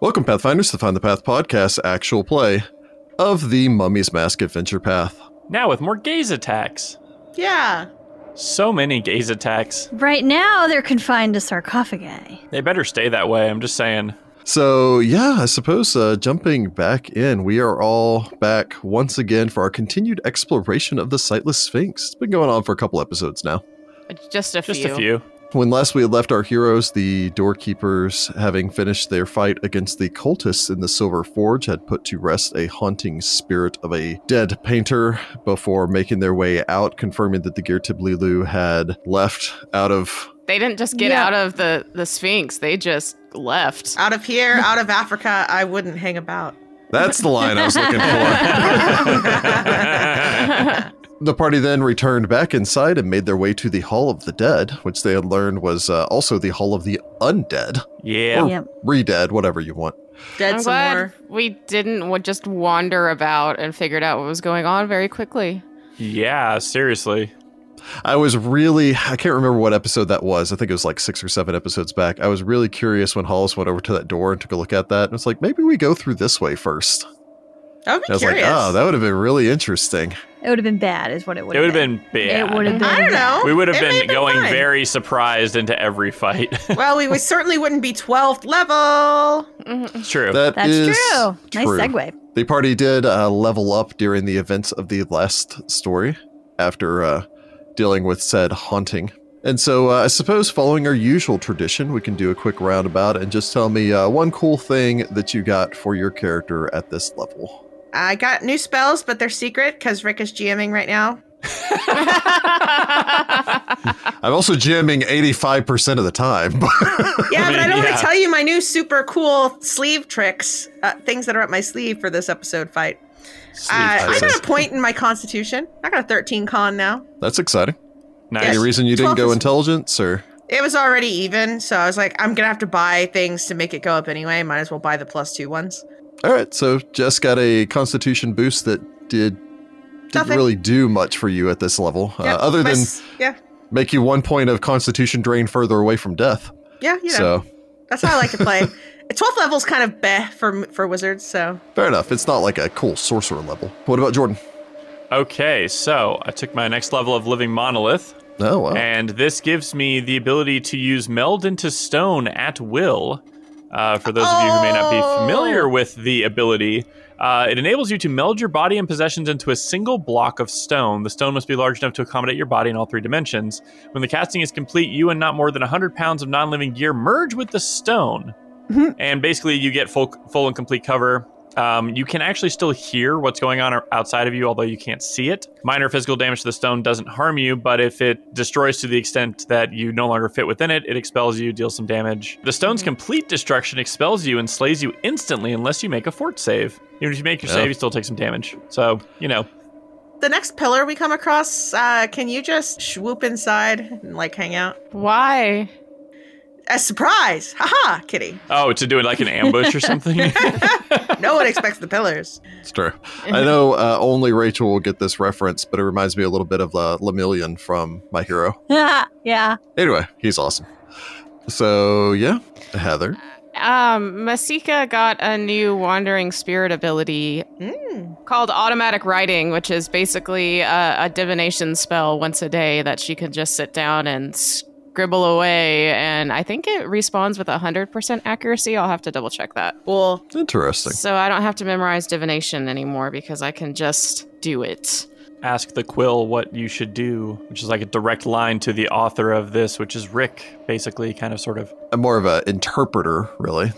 Welcome, Pathfinders, to the Find the Path podcast actual play of the Mummy's Mask Adventure Path. Now with more gaze attacks. Yeah. So many gaze attacks. Right now, they're confined to sarcophagi. They better stay that way. I'm just saying. So, yeah, I suppose uh, jumping back in, we are all back once again for our continued exploration of the Sightless Sphinx. It's been going on for a couple episodes now. Just a Just few. a few. When last we had left our heroes, the doorkeepers, having finished their fight against the cultists in the Silver Forge, had put to rest a haunting spirit of a dead painter before making their way out, confirming that the Girtiblilu had left out of. They didn't just get Yeah. out of the, the Sphinx, they just left. Out of here, out of Africa, I wouldn't hang about. That's the line I was looking for. the party then returned back inside and made their way to the Hall of the Dead, which they had learned was uh, also the Hall of the Undead, Yeah. Oh. Yep. re-dead, whatever you want. Dead I'm some glad more. we didn't w- just wander about and figured out what was going on very quickly. Yeah, seriously. I was really, I can't remember what episode that was. I think it was like six or seven episodes back. I was really curious when Hollis went over to that door and took a look at that. And it's like, maybe we go through this way first. I And would I be was curious. like, oh, that would have been really interesting. It would have been bad, is what it would It have would have been bad. It would have been. I don't know. We would have It may been going fine. very surprised into every fight. Well, we, we certainly wouldn't be 12th level. it's true. That That's is true. Nice segue. The party did uh, level up during the events of the last story after uh, dealing with said haunting. And so uh, I suppose, following our usual tradition, we can do a quick roundabout and just tell me uh, one cool thing that you got for your character at this level. I got new spells, but they're secret because Rick is GMing right now. I'm also jamming 85% of the time. Uh, Yeah, but I don't want Yeah. to tell you my new super cool sleeve tricks, uh, things that are up my sleeve for this episode fight. Sleep Uh, I tricks. got a point in my constitution. I got a 13 con now. That's exciting. nice. Any reason you didn't 12 go is- intelligence or It was already even, so I was like, I'm gonna have to buy things to make it go up anyway. Might as well buy the plus two ones. All right, so Jess got a constitution boost that did didn't Nothing. really do much for you at this level uh, Yep, other my than s- yeah, make you 1 point of constitution drain further away from death. yeah, you know, So, that's how I like to play. Twelfth level's kind of beh for for wizards, so fair enough. It's not like a cool sorcerer level. What about Jordan? Okay, so I took my next level of living monolith, Oh, wow. and this gives me the ability to use meld into stone at will. Uh, for those of you who may not be Oh. familiar with the ability, uh, it enables you to meld your body and possessions into a single block of stone. The stone must be large enough to accommodate your body in all three dimensions. When the casting is complete, you and not more than 100 pounds of non living gear merge with the stone. Mhm. And basically, you get full, full and complete cover. Um, you can actually still hear what's going on outside of you, although you can't see it. Minor physical damage to the stone doesn't harm you, but if it destroys to the extent that you no longer fit within it, it expels you, deals some damage. The stone's complete destruction expels you and slays you instantly unless you make a fort save. Even if you make your Yeah. save, you still take some damage. So, you know, the next pillar we come across, uh, can you just swoop inside and like hang out? Why? A surprise! Haha, kitty. oh, to do it like an ambush or something. No one expects the pillars. It's true. I know uh, only Rachel will get this reference, but it reminds me a little bit of uh, Lemillion from My Hero. yeah. Anyway, he's awesome. So, yeah, Heather. Um, Masika got a new wandering spirit ability Mm. called automatic writing, which is basically a, a divination spell once a day that she can just sit down and scribble away. And I think it respawns with 100% accuracy. I'll have to double check that. Cool. Interesting. So I don't have to memorize divination anymore because I can just do it. Ask the quill what you should do, which is like a direct line to the author of this, which is Rick, basically, kind of sort of. I'm more of an interpreter, really.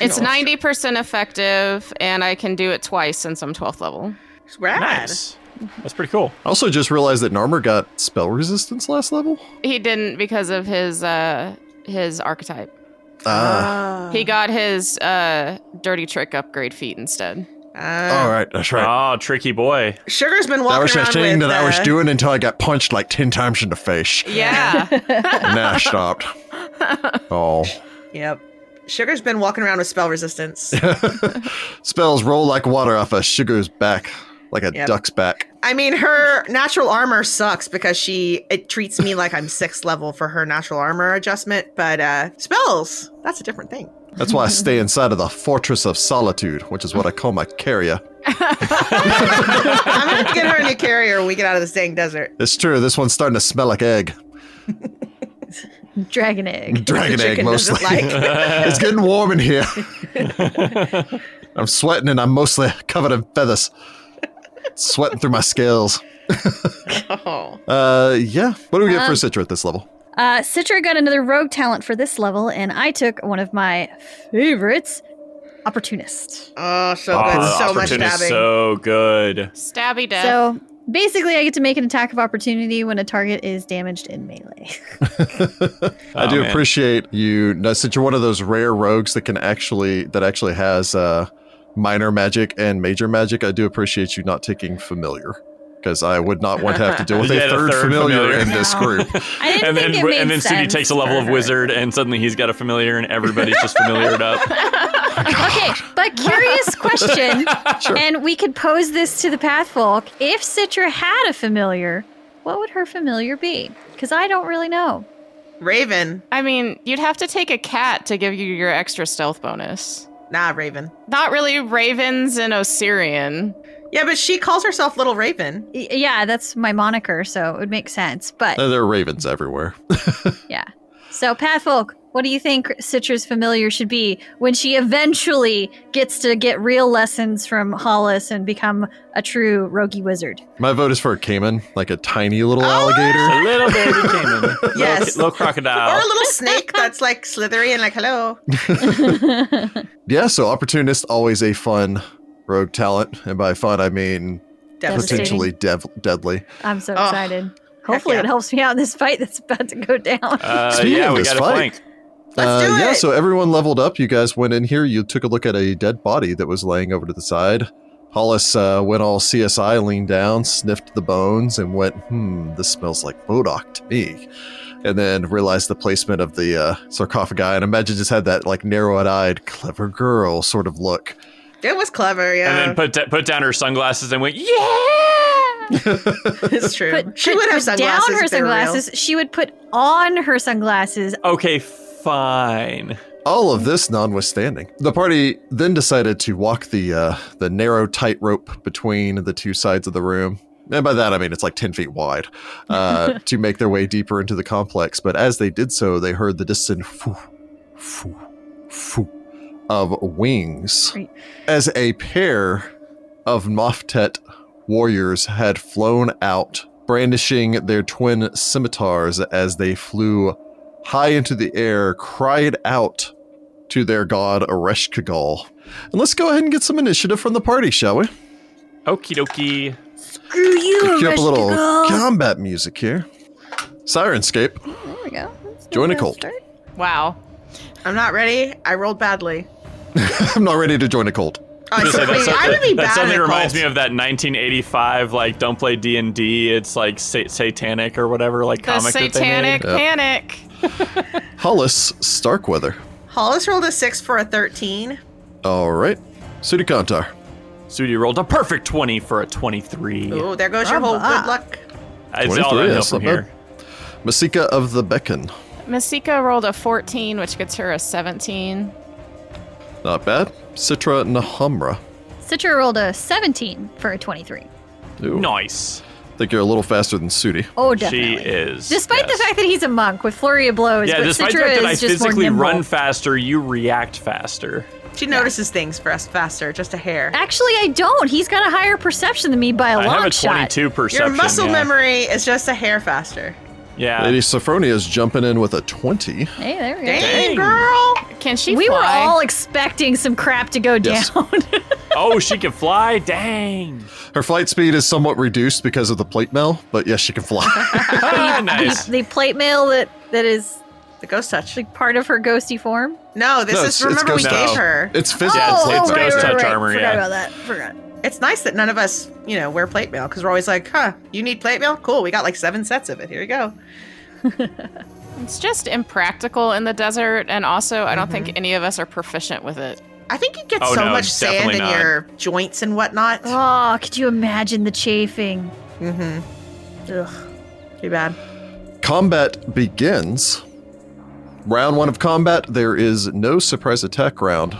It's 90% effective, and I can do it twice since I'm 12th level. It's rad. Nice. That's pretty cool. I also just realized that Narmer got spell resistance last level. He didn't because of his uh his archetype. Ah, Ah. He got his uh dirty trick upgrade feat instead. Ah. all right, that's right. Oh, tricky boy. Sugar's been that walking was the around thing with. that I was uh, doing until I got punched like 10 times in the face. Yeah. And then I stopped. Oh. Yep. Sugar's been walking around with spell resistance. Spells roll like water off a sugar's back, like a Yep. duck's back. I mean, her natural armor sucks because she it treats me like I'm sixth level for her natural armor adjustment. But uh spells, that's a different thing. That's why I stay inside of the Fortress of Solitude, which is what I call my carrier. I'm gonna have to get her a new carrier when we get out of this dang desert. It's true, this one's starting to smell like egg. Dragon egg. Dragon The egg, chicken mostly. doesn't like. it's getting warm in here. I'm sweating and I'm mostly covered in feathers. Sweating through my scales. Oh. Uh, yeah. What do we get for Um, Citra at this level? Uh, Citra got another rogue talent for this level, and I took one of my favorites, opportunist. Oh, so Ah, good. So much opportunist, stabbing. So good. Stabby death. So basically, I get to make an attack of opportunity when a target is damaged in melee. I Oh, do man. appreciate you. Now, since you're one of those rare rogues that can actually that actually has uh, minor magic and major magic, I do appreciate you not taking familiar because I would not want to have to deal with Yeah, a, the third third familiar, familiar. in this Wow. group. I didn't And think then, it made and then Sudi sense takes a level for of her. wizard, and suddenly he's got a familiar, and everybody's just familiared up. Okay, but curious question, and we could pose this to the Pathfolk. If Citra had a familiar, what would her familiar be? Because I don't really know. Raven. I mean, you'd have to take a cat to give you your extra stealth bonus. Nah, Raven. Not really ravens and Osirian. Yeah, but she calls herself Little Raven. Y- yeah, that's my moniker, so it would make sense. But Uh, there are ravens everywhere. yeah. So, Pathfolk, what do you think Citra's familiar should be when she eventually gets to get real lessons from Hollis and become a true roguey wizard? My vote is for a caiman, like a tiny little alligator. A little baby caiman. Little- Yes. Little, Or crocodile. a little snake that's like slithery and like, hello. Yeah, so opportunist always a fun rogue talent, and by fun I mean Devastating. potentially dev- deadly. I'm so Oh, excited. Hopefully, yeah. it helps me out in this fight that's about to go down. Uh, Speaking yeah, of we this got a fight. flank. Let's uh, do Yeah, it. so everyone leveled up. You guys went in here. You took a look at a dead body that was laying over to the side. Hollis uh, went all CSI, leaned down, sniffed the bones, and went, hmm, this smells like Bodoc to me. And then realized the placement of the uh, sarcophagi and imagine just had that like narrow eyed, clever girl sort of look. It was clever, And yeah. then put put down her sunglasses and went, yeah. it's true. Put, she put- would have put sunglasses. down her if they were real. sunglasses. She would put on her sunglasses. Okay, fine. All of this notwithstanding, the party then decided to walk the uh, the narrow tightrope between the two sides of the room. And by that, I mean it's like 10 feet wide uh, to make their way deeper into the complex. But as they did so, they heard the distant foo, foo, foo of wings Great. as a pair of Moftet warriors had flown out, brandishing their twin scimitars as they flew high into the air, cried out to their god Ereshkigal. And let's go ahead and get some initiative from the party, shall we? Okie dokie. Screw you, Cue up a little Rishkigal. combat music here. Sirenscape. There we go. That's not Join a bad cult. start. Wow. I'm not ready. I rolled badly. I'm not ready to join a cult. Oh, I Just say said, that's wait, I would be something- that bad suddenly at reminds me cult. of that 1985 like don't play D and D. It's like sa- satanic or whatever like The comic that they made. satanic panic. Hollis Starkweather. Hollis rolled a six for a 13. All right. Sudikantar. Sudi rolled a perfect 20 for a 23. Oh. Ooh, there goes your whole Bravo. good luck. It's 23, all downhill that's from not bad. here. Masika of the Beacon. Masika rolled a 14, which gets her a 17. Not bad. Citra Nahamra. Citra rolled a 17 for a 23. Ooh, Nice. I think you're a little faster than Sudi. Oh, She definitely. is. Despite yes. the fact that he's a monk with flurry of blows, yeah, but despite the Citra fact that I is just more physically nimble. run faster, you react faster. She notices things for us faster, just a hair. Actually, I don't. He's got a higher perception than me by a I long have a shot. 22 perception. Your muscle yeah. memory is just a hair faster. Yeah. Lady Sophronia is jumping in with a 20. Hey, there we go. Dang, Dang. girl. Can she we were fly? all expecting some crap to go Yes. down. Oh, she can fly. Dang. Her flight speed is somewhat reduced because of the plate mail, but yes, she can fly. Ah, nice. the, the plate mail that, that is The ghost touch. like part of her ghosty form. No, this No, it's- is it's remember we ghost gave touch. her. it's physical. Yeah, it's- oh, it's oh, right, ghost right, touch right. armor, Forgot yeah. about that. Forgot. It's nice that none of us, you know, wear plate mail because we're always like, huh, you need plate mail? Cool, we got like seven sets of it. Here you go. It's just impractical in the desert, and also I don't Mm-hmm. think any of us are proficient with it. I think you get Oh, so no, much sand definitely in not. your joints and whatnot. Oh, could you imagine the chafing? Mm-hmm. Ugh. Too bad. Combat begins Round one of combat, there is no surprise attack round.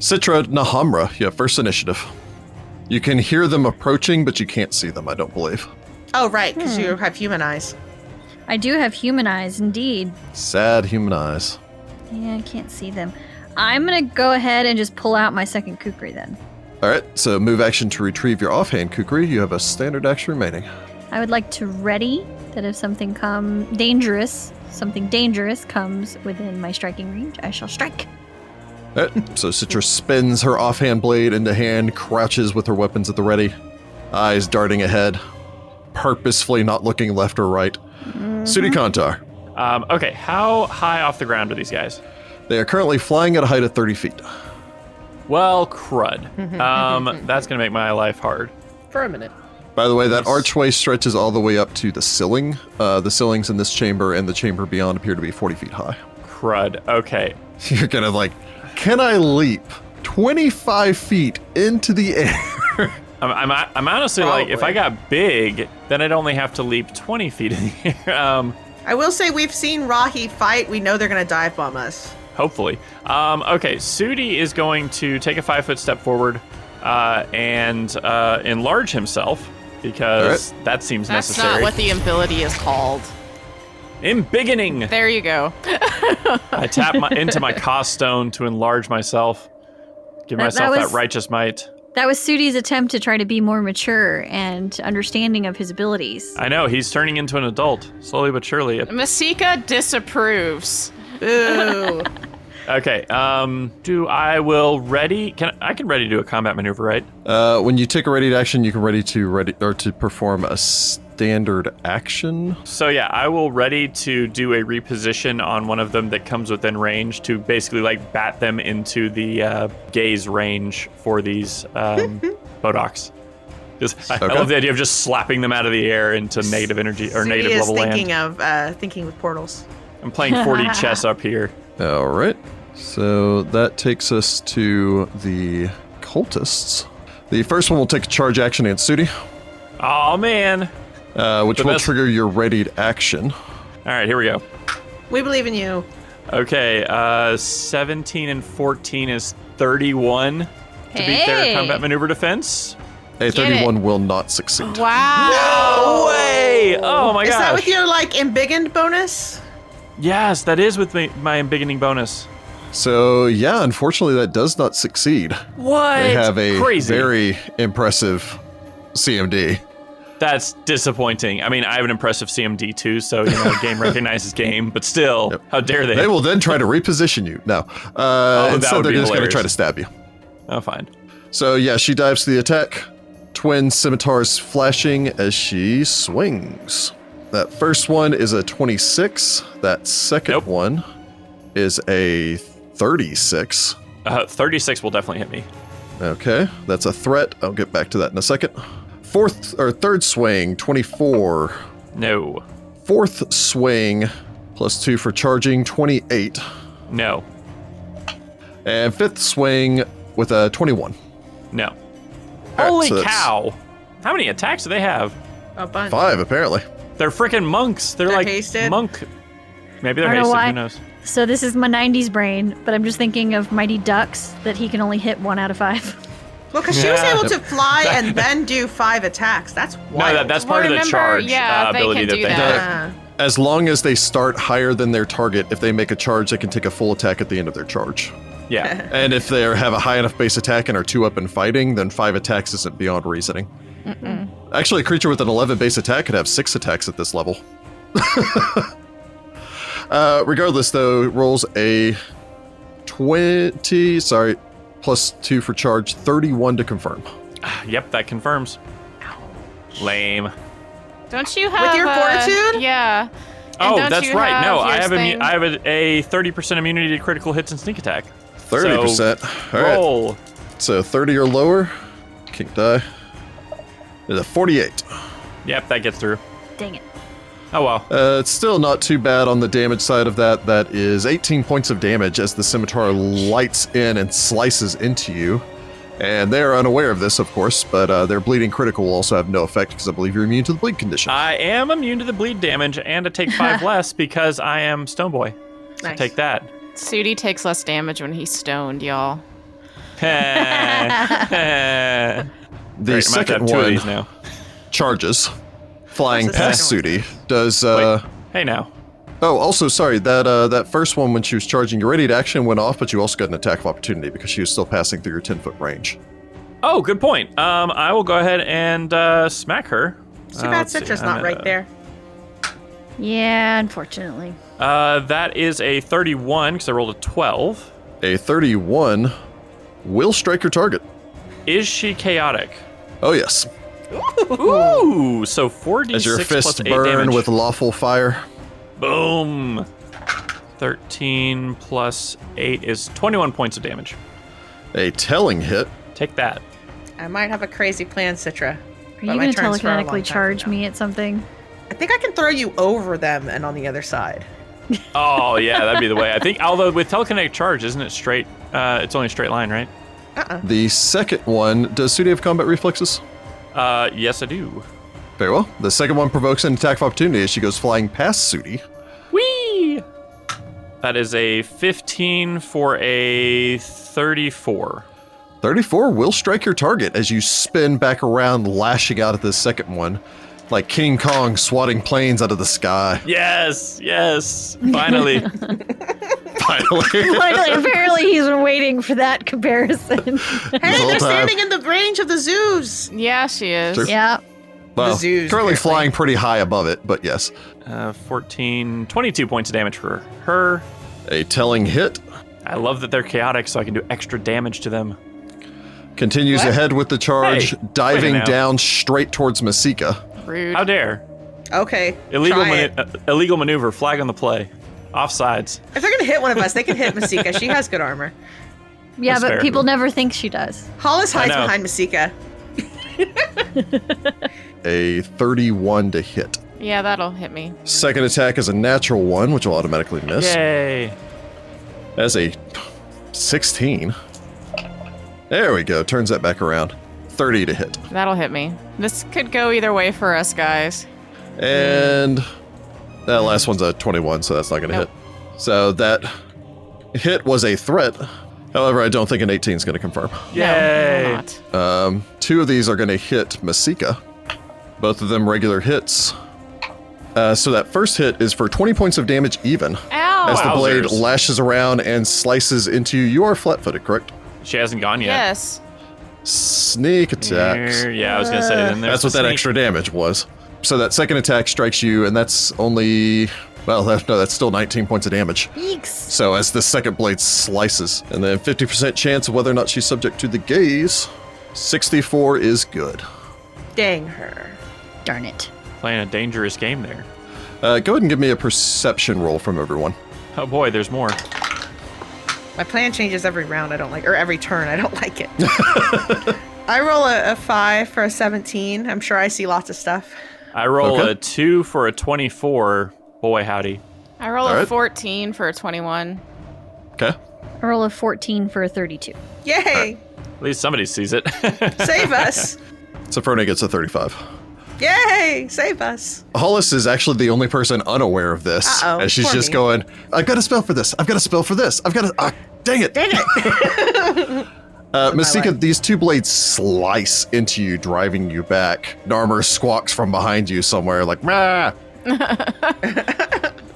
Citra Nahamra, yeah, first initiative. You can hear them approaching, but you can't see them, I don't believe. Oh, right, because you have human eyes. I do have human eyes, indeed. Sad human eyes. Yeah, I can't see them. I'm gonna go ahead and just pull out my second kukri then. All right, so move action to retrieve your offhand, Kukri. You have a standard action remaining. I would like to ready that if something come dangerous, something dangerous comes within my striking range, I shall strike. All right, so Citra spins her offhand blade into hand, crouches with her weapons at the ready, eyes darting ahead, purposefully not looking left or right. Sudi Kantar, Um, okay, how high off the ground are these guys? they are currently flying at a height of 30 feet. Well, crud. Um, that's gonna make my life hard. For a minute. By the way, that archway stretches all the way up to the ceiling. Uh, the ceilings in this chamber and the chamber beyond appear to be 40 feet high. Crud. Okay. You're kind of like, can I leap 25 feet into the air? I'm, I'm, I'm honestly like, if I Probably. got big, then I'd only have to leap 20 feet in the air. Um, I will say we've seen Rahi fight. We know they're gonna dive bomb us. hopefully. Um, okay, Sudi is going to take a five foot step forward uh, and uh, enlarge himself because that seems That's necessary. not what the ability is called. Embiggening! There you go. I tap my, into my cost stone to enlarge myself, give That- that myself that, was- righteous might. That was Sudi's attempt to try to be more mature and understanding of his abilities. I know, he's turning into an adult, slowly but surely. Masika disapproves. Ooh. Okay, um, do I will ready? Can I can ready to do a combat maneuver, right? Uh, when you take a ready action, you can ready to ready or to perform a standard action. So yeah, I will ready to do a reposition on one of them that comes within range to basically like bat them into the uh, gaze range for these um, bodox. Just, I, I Okay. love the idea of just slapping them out of the air into negative energy or Sudi negative is level thinking land. of uh, thinking with portals. I'm playing 40 chess up here. All right. So that takes us to the cultists. The first one will take a charge action and Sudi, Oh man! uh, which The will best- trigger your readied action. All right, here we go. We believe in you. Okay, uh, 17 and 14 is 31 to beat their Hey. combat maneuver defense. A Get it. thirty-one will not succeed. Wow. No way! Oh my is that gosh! with your like embiggened bonus? yes, that is with my, my embiggening bonus. So yeah, unfortunately, that does not succeed. What? They have a crazy. very impressive CMD. That's disappointing. I mean, I have an impressive CMD too, so you know, game recognizes game. But still, how dare they? Oh, They will then try to reposition you. No, uh, that instead would they're be just going to hilarious. try to stab you. Oh, fine. So yeah, she dives to the attack. Twin scimitars flashing as she swings. That first one is a 26. That second Nope. one is a 36. Uh, Thirty-six will definitely hit me. Okay, that's a threat. I'll get back to that in a second. Fourth or third swing, 24. No, Fourth swing, plus two for charging, 28. no, And fifth swing with a 21. no. Alright, Holy so that's cow! How many attacks do they have? A bunch. Five, apparently. They're freaking monks. They're, They're like hasted? monk. Maybe they're I don't know hasted. why. Who knows? So this is my 90s brain, but I'm just thinking of Mighty Ducks that he can only hit one out of five. Well, because she was Yeah. able to fly and then do five attacks. That's No, wild. Uh, that, that's Well, part of the remember, charge yeah, uh, they ability can that do they that. have. Yeah. As long as they start higher than their target, if they make a charge, they can take a full attack at the end of their charge. Yeah. And if they have a high enough base attack and are two up and fighting, then five attacks isn't beyond reasoning. Actually, a creature with an 11 base attack could have six attacks at this level. uh, regardless, though, rolls a 20, sorry, plus two for charge, 31 to confirm. Yep, that confirms. Lame. Don't you have your uh, fortitude? yeah. And Oh, don't that's you right. No, have I your have immu- thing? I have a, a 30% immunity to critical hits and sneak attack. 30%. All right. Roll. So 30 or lower, kick die. There's a 48. Yep, that gets through. Dang it. Oh well. Uh, it's still not too bad on the damage side of that. That is 18 points of damage as the scimitar lights in and slices into you. And they're unaware of this, of course, but uh, their bleeding critical will also have no effect because I believe you're immune to Ah, the bleed condition. I am immune to the bleed damage, and I take five less because I am Stone Boy. So Nice. take that. Sudi takes less damage when he's stoned, y'all. the The second two of one these now. charges, flying What's the past second Sudi. Does uh, Hey now. oh, also sorry that uh, that first one when she was charging your ready to action went off, but you also got an attack of opportunity because she was still passing through your ten foot range. Oh, good point. Um, I will go ahead and uh, smack her. It's Uh, too bad let's see, Citra's I'm not at, right uh, there. Yeah, unfortunately. Uh, that is a 31 because I rolled a 12. A thirty one will strike your target. Is she chaotic? Oh yes, Ooh, so 4d6 as your plus fist 8 burn damage. with lawful fire. Boom. 13 plus 8 is 21 points of damage. A telling hit. Take that. I might have a crazy plan, Citra. Are but you my going to turn's for a long time telekinetically from charge now. me at something? I think I can throw you over them and on the other side. Oh, yeah, that'd be the way. I think, although with telekinetic charge, isn't it straight? Uh, it's only a straight line, right? Uh-uh. The second one does Sudi have combat reflexes? Uh, yes, I do. Very well. The second one provokes an attack of opportunity as she goes flying past Sudi. Whee! That is a 15 for a 34. 34 will strike your target as you spin back around, lashing out at the second one, like King Kong swatting planes out of the sky. Yes, yes, finally. Finally, Finally, apparently he's been waiting for that comparison. This Hey, whole they're time. standing in the range of the zoos. Yeah, she is. Sure. yeah. well, zoos, currently apparently. flying pretty high above it, but yes, uh, 14, 22 points of damage for her. a telling hit I love that they're chaotic, so I can do extra damage to them. continues What? ahead with the charge, Hey, wait a diving minute. down straight towards Masika. Rude. How dare! Okay. Illegal, try manu- it. uh, illegal maneuver. Flag on the play. Offsides. If they're gonna hit one of us, they can hit Masika. She has good armor. Yeah, That's but fair. people never think she does. Hollis I hides know. behind Masika. A 31 to hit. Yeah, that'll hit me. Second attack is a natural one, which will automatically miss. Yay! That's a 16. There we go. Turns that back around. 30 to hit. That'll hit me. This could go either way for us guys. And that last one's a 21, so that's not going to Nope. hit. So that hit was a threat. However, I don't think an 18 is going to confirm. No, Yay! will not. Um, two of these are going to hit Masika. Both of them regular hits. Uh, so that first hit is for 20 points of damage even. Ow! as the blade Oh, wowzers. lashes around and slices into you. You are flat footed, correct? she hasn't gone yet. Yes. Sneak attacks. Yeah, I was gonna say. Then there's That's what the that sneak. extra damage was. So that second attack strikes you, and that's only. Well, that, no, that's still 19 points of damage. Yeeks. So as the second blade slices, and then 50% chance of whether or not she's subject to the gaze. 64 is good. Dang her. Darn it. Playing a dangerous game there. Uh, go ahead and give me a perception roll from everyone. Oh boy, there's more. My plan changes every round. I don't like, or every turn. I don't like it. I roll a, a five for a seventeen. I'm sure I see lots of stuff. I roll Okay. a two for a 24. Boy, howdy. I roll a Alright. 14 for a 21. Okay. A roll of 14 for a 32. Yay! At least somebody sees it. Save us! Sophrona gets a 35. Yay! Save us! Hollis is actually the only person unaware of this. Uh-oh, and she's poor just me. going, I've got a spell for this. I've got a spell for this. I've got a. Ah, dang it. Dang it. uh, Masika, life. these two blades slice into you, driving you back. Narmer squawks from behind you somewhere, like, rah.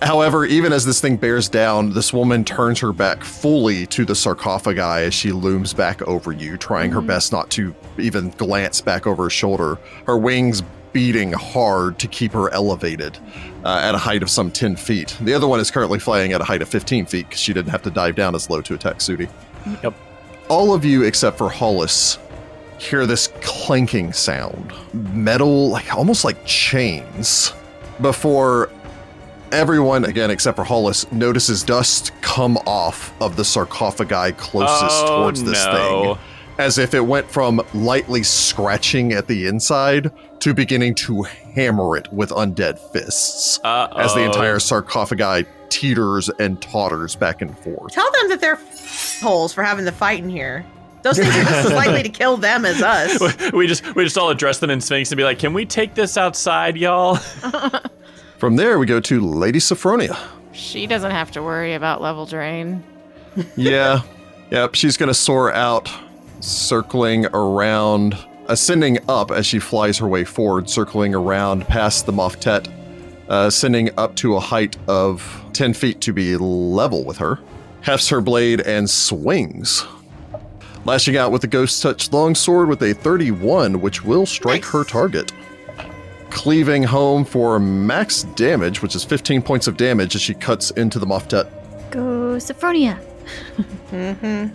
However, even as this thing bears down, this woman turns her back fully to the sarcophagi as she looms back over you, trying her best not to even glance back over her shoulder, her wings beating hard to keep her elevated uh, at a height of some 10 feet. The other one is currently flying at a height of 15 feet because she didn't have to dive down as low to attack Sudi. Yep. All of you except for Hollis hear this clanking sound metal, like almost like chains, before everyone, again except for Hollis, notices dust come off of the sarcophagi closest Oh, towards this no. thing, as if it went from lightly scratching at the inside to beginning to hammer it with undead fists Uh-oh. as the entire sarcophagi teeters and totters back and forth. Tell them that they're holes for having the fight in here. Those things are just as likely to kill them as us. we just we just all address them in Sphinx and be like, "Can we take this outside, y'all?" From there, we go to Lady Sophronia. She doesn't have to worry about level drain. yeah. Yep. She's going to soar out, circling around, ascending up as she flies her way forward, circling around past the Moftet, uh, ascending up to a height of 10 feet to be level with her. Hefts her blade and swings. Lashing out with the Ghost Touch Longsword with a 31, which will strike her target. Cleaving home for max damage, which is 15 points of damage as she cuts into the Moftet. Go, Sophronia. Uh,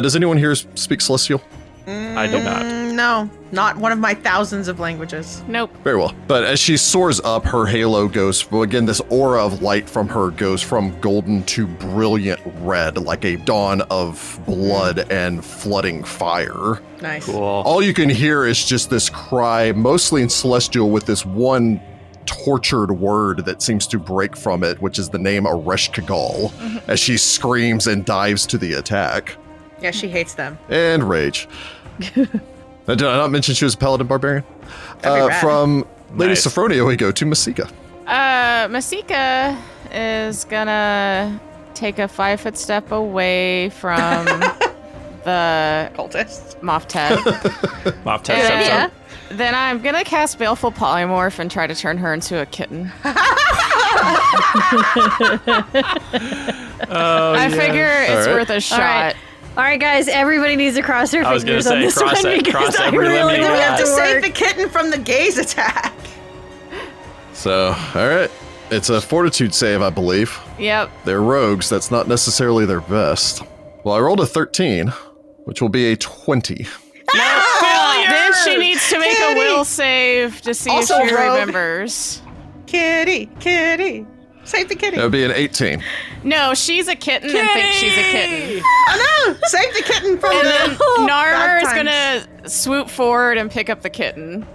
does anyone here speak Celestial? I do not. Mm, no, not one of my thousands of languages. Nope. Very well. But as she soars up, her halo goes, well, again, this aura of light from her goes from golden to brilliant red, like a dawn of blood and flooding fire. Nice. Cool. All you can hear is just this cry, mostly in celestial, with this one tortured word that seems to break from it, which is the name Aresh Kagal, as she screams and dives to the attack. Yeah, she hates them. And rage. Now, Did I not mention she was a paladin barbarian? Uh, That'd be rad. from Lady Nice. Sophronia, we go to Masika. Uh, Masika is gonna take a five foot step away from the Cultist. Moftet. Moff And test episode. idea. Then I'm gonna cast Baleful Polymorph and try to turn her into a kitten. Oh, yeah. I figure it's Alright. worth a shot. right. All right, guys, everybody needs to cross their I was gonna fingers on say, this cross one it- because cross I every really lemon don't you have got. to To save work. the kitten from the gaze attack. So, all right. It's a fortitude save, I believe. Yep. They're rogues. That's not necessarily their best. Well, I rolled a 13, which will be a 20. Then she needs to make a will save to see Also if she rogue. remembers. Kitty, kitty. Save the kitty. That would be an 18. No, she's a kitten and thinks she's a kitten. Oh no! Save the kitten from And then the. Narmer Bad is times. gonna swoop forward and pick up the kitten.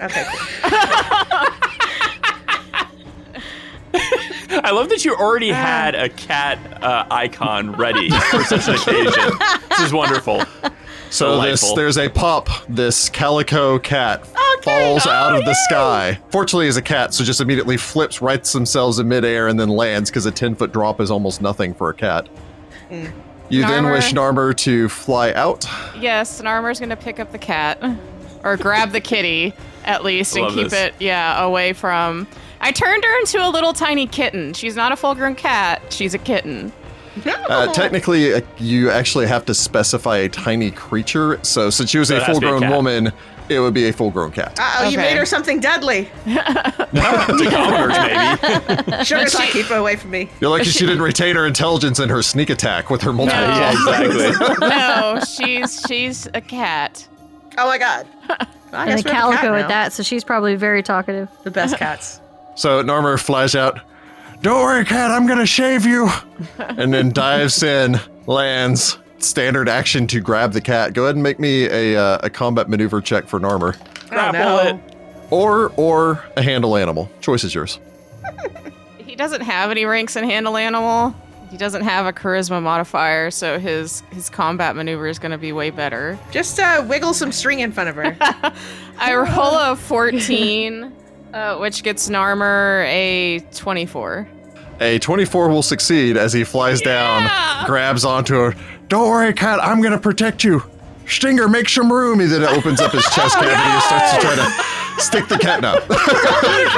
Okay. cool. I love that you already had a cat uh, icon ready for such an occasion. This is wonderful. So this, Delightful. there's a pop. This calico cat falls out of the sky. Fortunately, is a cat, so just immediately flips, rights themselves in midair, and then lands because a 10 foot drop is almost nothing for a cat. You then Narmer. wish Narmer to fly out. Yes, Narmer's gonna pick up the cat. Or grab the kitty, at least, and Love keep this. it, yeah, away from. I turned her into a little tiny kitten. She's not a full grown cat, she's a kitten. Uh, technically, uh, you actually have to specify a tiny creature. So, since she was a it has full to be a grown cat. woman, it would be a full grown cat. Uh oh, you Okay. made her something deadly. Decometers, maybe. Sugar not keep her away from me. You're lucky she didn't retain her intelligence in her sneak attack with her multiple. No. Yeah, exactly. No, she's she's a cat. Oh my god. Well, I guess we have a And a cat calico at now. that, so she's probably very talkative. The best cats. So Normer flies out. Don't worry, cat. I'm gonna shave you. and then dives in, lands. Standard action to grab the cat. Go ahead and make me a, uh, a combat maneuver check for Normer, Grapple no. it. or or a handle animal. Choice is yours. He doesn't have any ranks in handle animal. He doesn't have a charisma modifier, so his his combat maneuver is going to be way better. Just uh, wiggle some string in front of her. I roll a 14, uh, which gets Narmer a 24. A 24 will succeed as he flies down, grabs onto her. Don't worry, cat, I'm going to protect you. Stinger, make some room. He then opens up his chest cavity and starts to try to stick the cat now.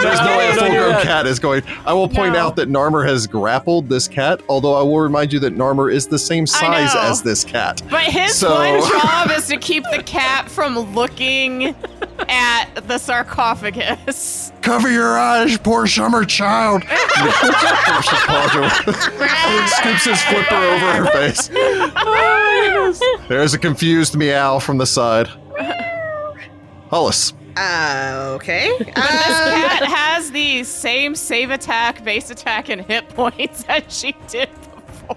There's no way a don't full do grown that. cat is going. I will point No. out that Narmer has grappled this cat, although I will remind you that Narmer is the same size know. as this cat. But his So- one job is to keep the cat from looking at the sarcophagus. Cover your eyes, poor summer child. She paws her- scoops his flipper over her face. There's a confused meow from the side. Hollis. Uh, okay. This Uh, cat has the same save attack, base attack, and hit points as she did before.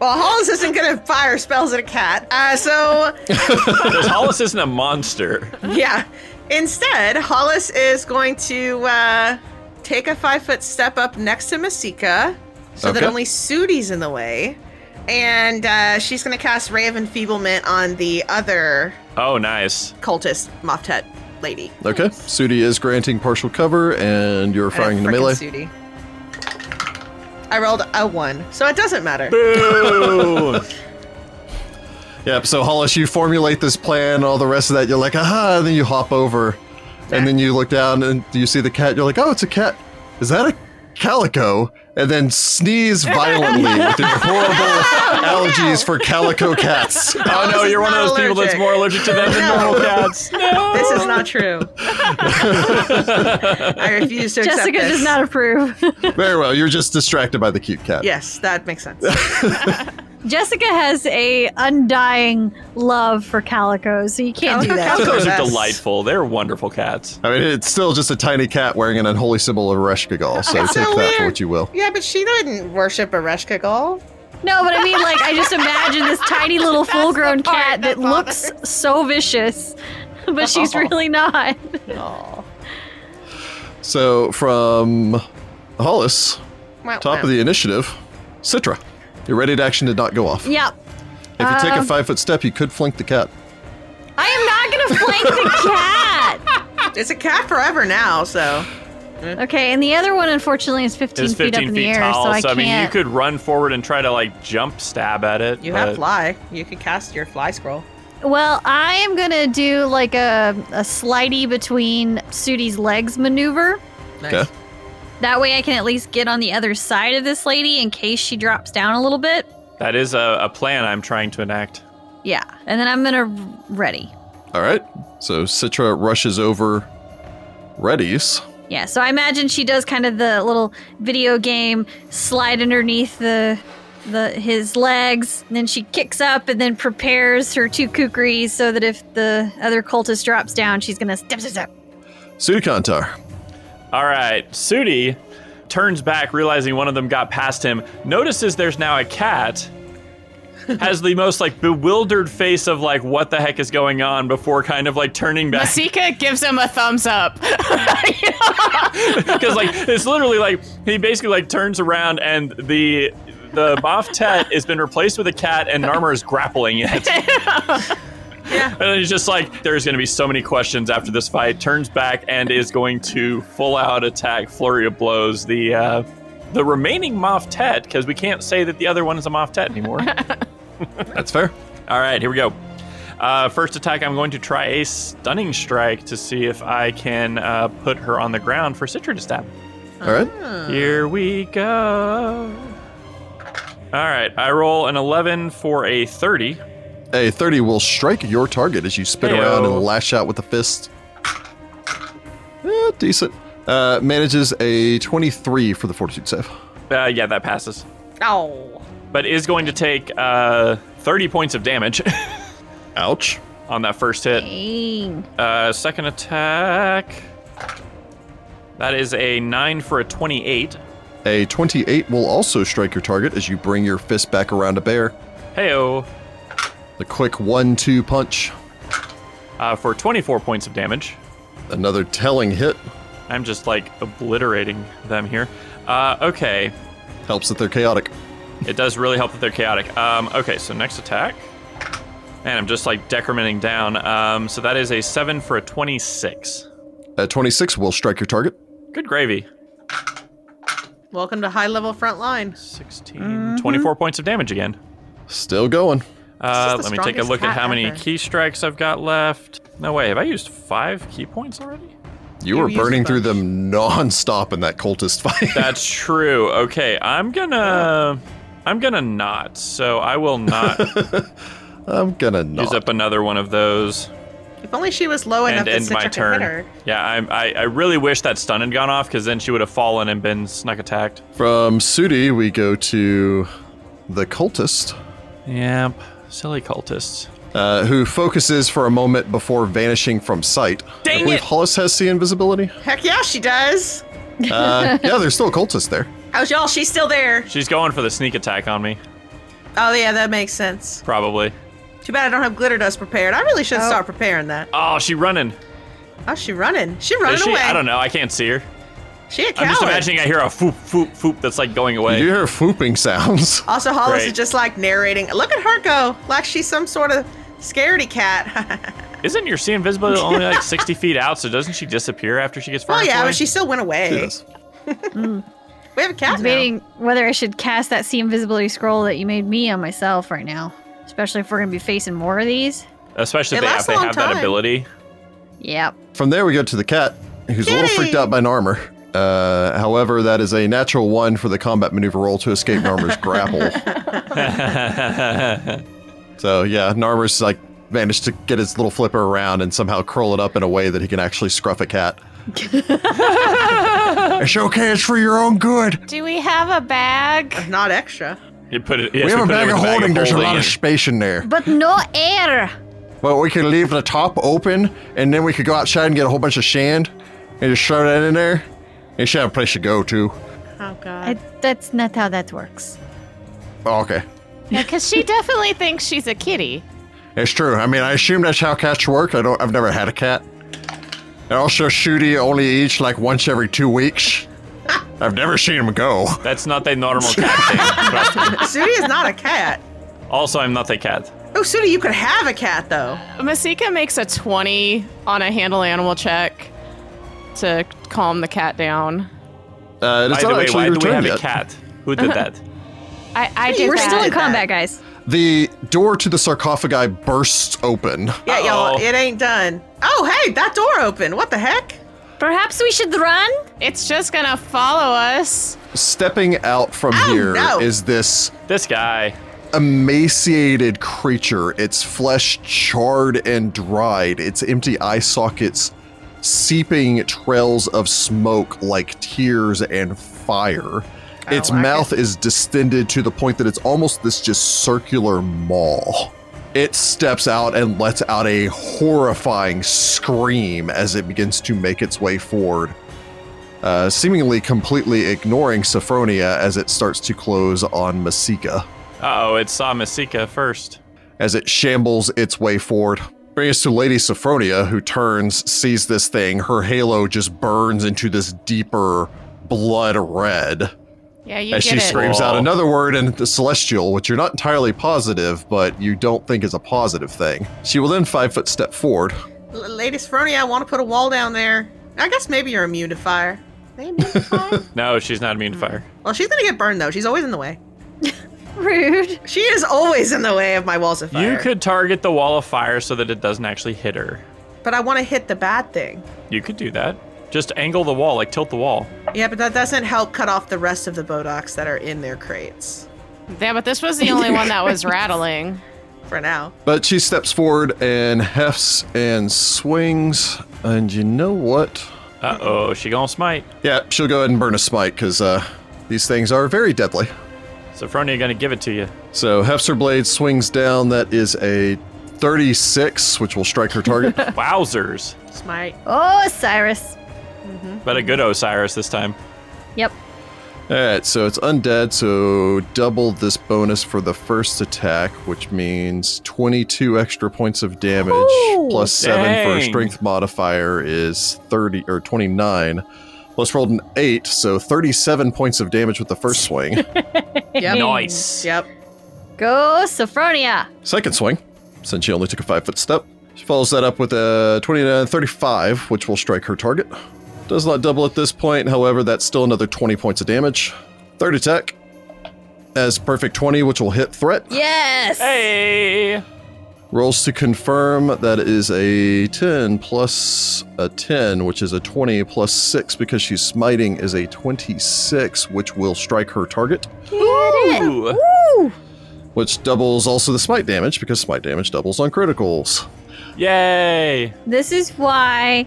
well, Hollis isn't gonna fire spells at a cat. Uh, so Because Hollis isn't a monster. yeah. Instead, Hollis is going to uh, take a five foot step up next to Masika so that Okay. only Sudi's in the way. And uh, she's going to cast Ray of Enfeeblement on the other Oh, nice. cultist Moftet lady. Okay. Sudi is granting partial cover, and you're And a firing into frickin' melee. Sudi. I rolled a one, so it doesn't matter. Boo! Yep. So Hollis, you formulate this plan, all the rest of that. You're like, aha, and then you hop over, and then you look down and you see the cat. You're like, oh, it's a cat. Is that a calico? And then sneeze violently with your horrible allergies for calico cats. oh no, is you're one of not those people that's allergic. more allergic to them than No. normal cats. No. This is not true. I refuse to accept Jessica this. does not approve. Very well. You're just distracted by the cute cat. Yes, that makes sense. Jessica has a undying love for calicos, so you can't do that. Calico Those are Yes. delightful. They're wonderful cats. I mean, it's still just a tiny cat wearing an unholy symbol of Reshkigal, so It's take so that for weird. what you will. yeah, but she didn't worship Aresh Kagal. No, but I mean, like, I just imagine this tiny little That's the full-grown part cat that that looks so vicious, but she's really not. Oh. So from Hollis, top of the initiative, Citra. Your ready to action did not go off. Yep. If you take a Um, five foot step, you could flank the cat. I am not gonna flank the cat. It's a cat forever now, so. Okay, and the other one, unfortunately, is 15, It's feet up 15 in feet, the air, tall, so so I can't. mean, you could run forward and try to like jump stab at it. You have but- fly. You can cast your fly scroll. Well, I am gonna do like a a slidey between Sudi's legs maneuver. Nice. Okay. That way, I can at least get on the other side of this lady in case she drops down a little bit. That is a, a plan I'm trying to enact. Yeah, and then I'm gonna ready. All right. So Citra rushes over, readies. Yeah, so I imagine she does kind of the little video game slide underneath the the his legs, and then she kicks up and then prepares her two kukris so that if the other cultist drops down, she's gonna step step step. Sudikantar. All right, Sudi turns back, realizing one of them got past him. Notices there's now a cat. Has the most like bewildered face of like what the heck is going on before kind of like turning back Masika gives him a thumbs up. because like it's literally like he basically like turns around and the the Moff Tet has been replaced with a cat and Narmer is grappling it. Yeah. And he's just like, there's going to be so many questions after this fight. Turns back and is going to full out attack, flurry of blows. The uh, the remaining Moff Tet, because we can't say that the other one is a Moff Tet anymore. That's fair. All right, here we go. Uh, first attack, I'm going to try a stunning strike to see if I can uh, put her on the ground for Citra to stab. All right. Here we go. All right, I roll an 11 for a 30. A 30 will strike your target as you spin around Heyo. and lash out with a fist. Eh, decent. Uh, manages a 23 for the fortitude save. Uh, yeah, that passes. Oh. But is going to take uh, 30 points of damage. Ouch. on that first hit. Dang. Uh, second attack. That is a nine for a twenty-eight. A 28 will also strike your target as you bring your fist back around a bear. Heyo, The quick one two punch. uh, for twenty-four points of damage. Another telling hit. I'm just like obliterating them here. Uh, okay, Helps that they're chaotic. it does really help that they're chaotic. Um, okay, so next attack, and I'm just like decrementing down. Um, so that is a seven for a twenty-six. A 26 will strike your target. Good gravy. Welcome to high level front line. 16, 24 points of damage again. Still going. Uh, Mm-hmm. This let is the me take a strongest look at cat how many ever. key strikes I've got left. No way, have I used five key points already? You You were used a burning through bunch. them non-stop in that cultist fight. That's true. Okay, I'm gonna, I'm gonna not. So I will not I'm gonna use not. up another one of those If only she was low and enough that end Citra my could hit turn. her. Yeah, I'm, I, I really wish that stun had gone off because then she would have fallen and been snuck attacked. From Sudi, we go to the cultist, Yep, silly cultists. uh, who focuses for a moment before vanishing from sight. Dang I believe it! Hollis has see invisibility. Heck yeah, she does. Uh, yeah, there's still a cultist there. How's y'all? She's still there. She's going for the sneak attack on me, Oh, yeah, that makes sense. probably. Too bad I don't have glitter dust prepared. I really should Oh. start preparing that. Oh, she running. How's she running? She running Is she? away. I don't know. I can't see her. She a I'm coward. just imagining I hear a foop, foop, foop that's like going You away. hear whooping sounds. Also, Hollis Great. is just like narrating. Look at her go, like she's some sort of scaredy cat. Isn't your sea invisibility only like 60 feet out? So doesn't she disappear after she gets far well, Oh, yeah, enough away? but she still went away. Yes. But We have a cat. now. debating whether I should cast that see invisibility scroll that you made me on myself right now. Especially if we're gonna be facing more of these. Especially if It they, lasts if they a long have that time. ability. Yep. From there, we go to the cat, who's a little freaked out by an armor. Uh, however, that is a natural one for the combat maneuver roll to escape Narmer's grapple. So yeah, Narmer's like managed to get his little flipper around and somehow curl it up in a way that he can actually scruff a cat. it's okay. It's for your own good. Do we have a bag? Not extra. you put it. Yes, we you have a put it bag in of the holding. There's a lot of and- space in there, But no air. but we can leave the top open, and then we could go outside and get a whole bunch of sand, and just throw that in there. You should have a place to go to. Oh god. I, that's not how that works. Oh, okay, Because she definitely thinks she's a kitty. it's true. I mean, I assume that's how cats work. I don't. I've never had a cat. And also, Shooty only eats like once every two weeks. I've never seen him go. That's not the normal cat thing. Sudi is not a cat. but also, I'm not a cat. Oh, Sudi, you could have a cat though. Masika makes a 20 on a handle animal check to calm the cat down. Uh, it's not By the way, actually why your do we turn have yet. a cat? Who did that? I, I did We're that. still in did combat, that. guys. The door to the sarcophagi bursts open. Yeah, Uh-oh. y'all, it ain't done. Oh, hey, that door opened. What the heck? Perhaps we should run. It's just gonna follow us. Stepping out from Oh, here is no. this This guy. emaciated creature, its flesh charred and dried, its empty eye sockets seeping trails of smoke like tears and fire. I Its like it. mouth is distended to the point that it's almost this just circular maw. It steps out and lets out a horrifying scream as it begins to make its way forward, uh, seemingly completely ignoring Sophronia as it starts to close on Masika Uh oh, it saw Masika first. as it shambles its way forward. Bringing us to Lady Sophronia, who turns, sees this thing, her halo just burns into this deeper blood red. Yeah, you as get she it. screams out Aw. another word in the celestial, which you're not entirely positive, but you don't think is a positive thing. She will then five foot step forward. L- Lady Sophronia, I want to put a wall down there. I guess maybe you're immune to fire. They immune to fire? No, she's not immune to fire. well, she's gonna get burned though. She's always in the way. Rude. She is always in the way of my walls Hmm. of fire. You could target the wall of fire so that it doesn't actually hit her. but I want to hit the bad thing. You could do that. Just angle the wall, like tilt the wall. Yeah, but that doesn't help cut off the rest of the bodox that are in their crates Yeah, but this was the only one that was rattling. for now. But she steps forward and hefts and swings. And you know what? Uh oh, she gonna smite. Yeah, she'll go ahead and burn a smite because uh, these things are very deadly. Sophronia gonna give it to you. So hefts her blade, swings down. That is a 36, which will strike her target. Wowzers. Smite. Oh, Cyrus. But a good Osiris this time. Yep. All right, so it's undead, so double this bonus for the first attack, which means 22 extra points of damage plus 7 for a Dang. strength modifier is 30 or 29. Plus rolled an 8, so 37 points of damage with the first swing. Yep. Nice. Yep. Go, Sophronia. Second swing, since she only took a 5 foot step. She follows that up with a 29 35, which will strike her target. Does not double at this point, however, that's still another 20 points of damage. Third attack as perfect 20, which will hit threat. Yes. Hey. Rolls to confirm that is a 10 plus a 10, which is a 20 plus 6 because she's smiting is a 26, which will strike her target, Ooh. which doubles also the smite damage because smite damage doubles on criticals. Yay. This is why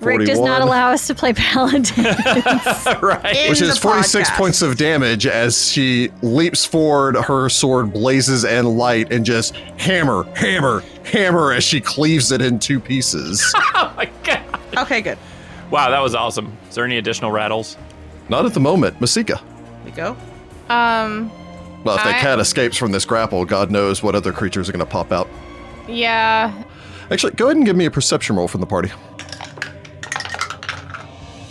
Rick does 41. not allow us to play Paladin. right. Which In is the 46 podcast. points of damage as she leaps forward, her sword blazes and light, and just hammer, hammer, hammer as she cleaves it in two pieces. Oh my god. Okay, good. Wow, that was awesome. Is there any additional rattles? Not at the moment, Masika. We go. Um, Well, if that I- cat escapes from this grapple, God knows what other creatures are going to pop out. yeah, Actually, go ahead and give me a perception roll from the party.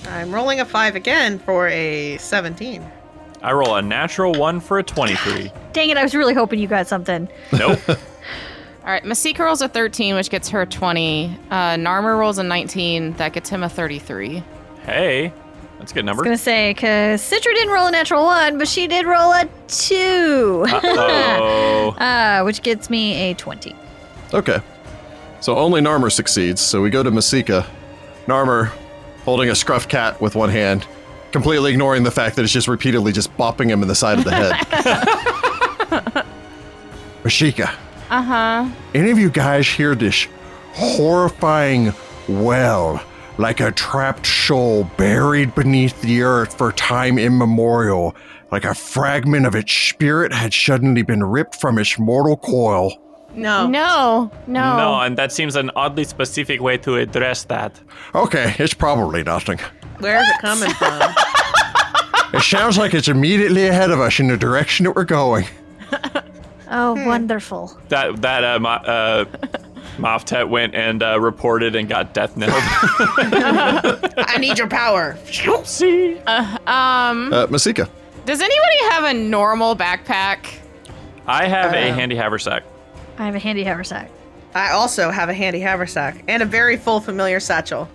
I'm rolling a five again for a 17. I roll a natural one for a 23. Dang it, I was really hoping you got something. Nope. All right, Masika rolls a 13, which gets her 20. Uh, Narmer rolls a 19, that gets him a 33. hey. That's a good I was number. gonna say because Citra didn't roll a natural one, but she did roll a two, Oh, uh, which gets me a twenty. Okay. So only Narmer succeeds, so we go to Masika. Narmer, holding a scruff cat with one hand, completely ignoring the fact that it's just repeatedly just bopping him in the side of the head. Masika, Uh huh. any of you guys hear this horrifying well, like a trapped soul buried beneath the earth for time immemorial, like a fragment of its spirit had suddenly been ripped from its mortal coil? Oh. No. No, no. no, and that seems an oddly specific way to address that. Okay, it's probably nothing. Where's it coming from? It sounds like it's immediately ahead of us in the direction that we're going. Oh, Hmm. wonderful! That that uh, Ma- uh, Moftet went and uh, reported and got death nailed. I need your power. Oopsie. Uh, Um, Uh, Masika. does anybody have a normal backpack? I have uh, a handy haversack. I have a handy haversack. I also have a handy haversack and a very full familiar satchel.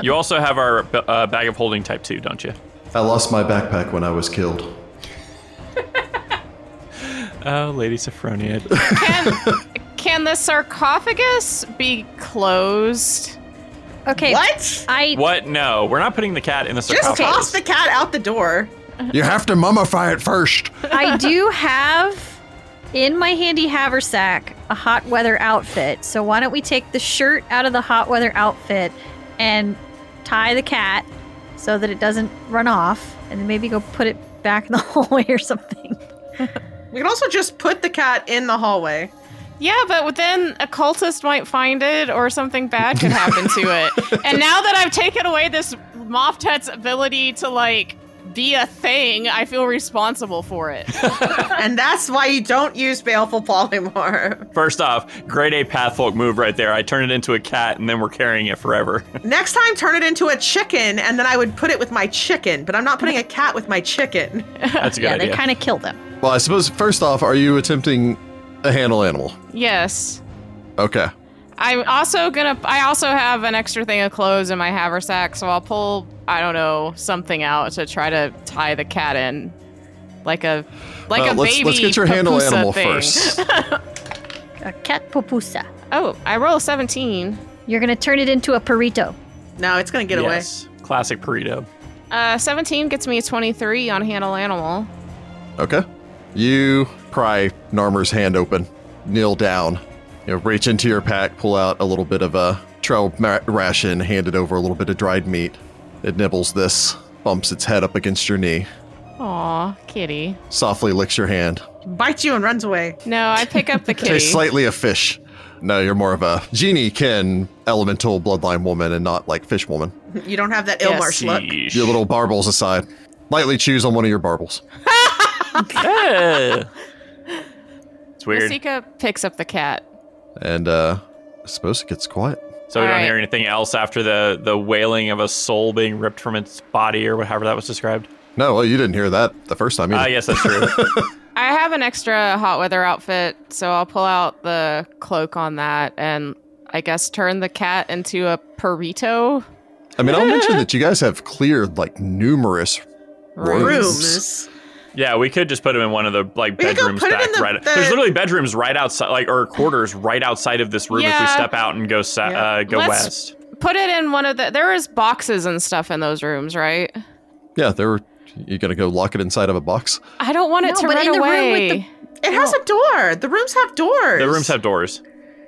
You also have our b- uh, bag of holding type two, don't you? I lost my backpack when I was killed. Oh, Lady Sophronia. Can can the sarcophagus be closed? Okay, What? I what? No, we're not putting the cat in the Just sarcophagus. toss the cat out the door. You have to mummify it first. I do have in my handy haversack a hot weather outfit. So why don't we take the shirt out of the hot weather outfit and tie the cat so that it doesn't run off and then maybe go put it back in the hallway or something. We can also just put the cat in the hallway. Yeah, but then a cultist might find it, or something bad could happen to it. And now that I've taken away this Moftet's ability to like be a thing, I feel responsible for it. and that's why you don't use Baleful Polymorph. First off, grade A Pathfolk move right there. I turn it into a cat, and then we're carrying it forever. Next time, turn it into a chicken, and then I would put it with my chicken, but I'm not putting a cat with my chicken. That's a good yeah, idea. they kind of kill them. Well, I suppose, first off, are you attempting a handle animal? Yes. Okay. I'm also gonna. I also have an extra thing of clothes in my haversack, so I'll pull. I don't know something out to try to tie the cat in, like a like Uh, a let's, baby. let's get your handle pupusa animal thing. first. A cat pupusa. Oh, I roll a seventeen. You're going to turn it into a burrito. No, it's gonna get yes. Classic burrito. Uh, seventeen gets me a twenty-three on handle animal. Okay. You pry Narmer's hand open, kneel down, you know, reach into your pack, pull out a little bit of a trail ma- ration, hand it over a little bit of dried meat. It nibbles this, bumps its head up against your knee, Aw, kitty. softly licks your hand. away, bites you, and runs away. No, I pick up the kitty. Tastes slightly of fish. No, you're more of a genie kin elemental bloodline woman and not like fish woman. You don't have that Yes. Ilmarsh look. Sheesh. Your little barbels aside. Lightly chews on one of your barbels. Eh. it's weird. Masika picks up the cat. And uh I suppose it gets quiet. So we All don't right. hear anything else after the the wailing of a soul being ripped from its body or whatever that was described. No, well you didn't hear that the first time Ah, either. yes, that's true. I have an extra hot weather outfit, so I'll pull out the cloak on that and I guess turn the cat into a burrito. I mean I'll mention that you guys have cleared like numerous Rooms. Rooms. yeah, we could just put him in one of the like We could go bedrooms put it back in the- right. the- There's literally bedrooms right outside, like or quarters right outside of this room. If we Yeah. step out and go sa- Yeah. uh, go Let's- west, Put it in one of the. There is boxes and stuff in those rooms, right? Yeah, there were you gonna go lock it inside of a box? I don't want it No, to but run in the room with away. It has a door. The rooms have doors. the rooms have doors.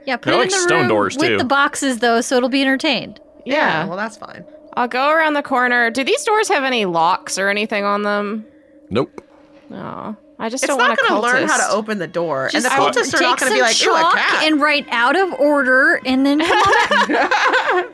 Yeah, put They're it like in the stone room doors, with too. the boxes though so it'll be entertained. yeah. Yeah, well, that's fine. I'll go around the corner. Do these doors have any locks or anything on them? Nope. No. I just It's don't not want a gonna cultist. learn how to open the door. and the Just cultists are take not gonna some be like, ooh, a chalk cat. and write out of order and then come on back.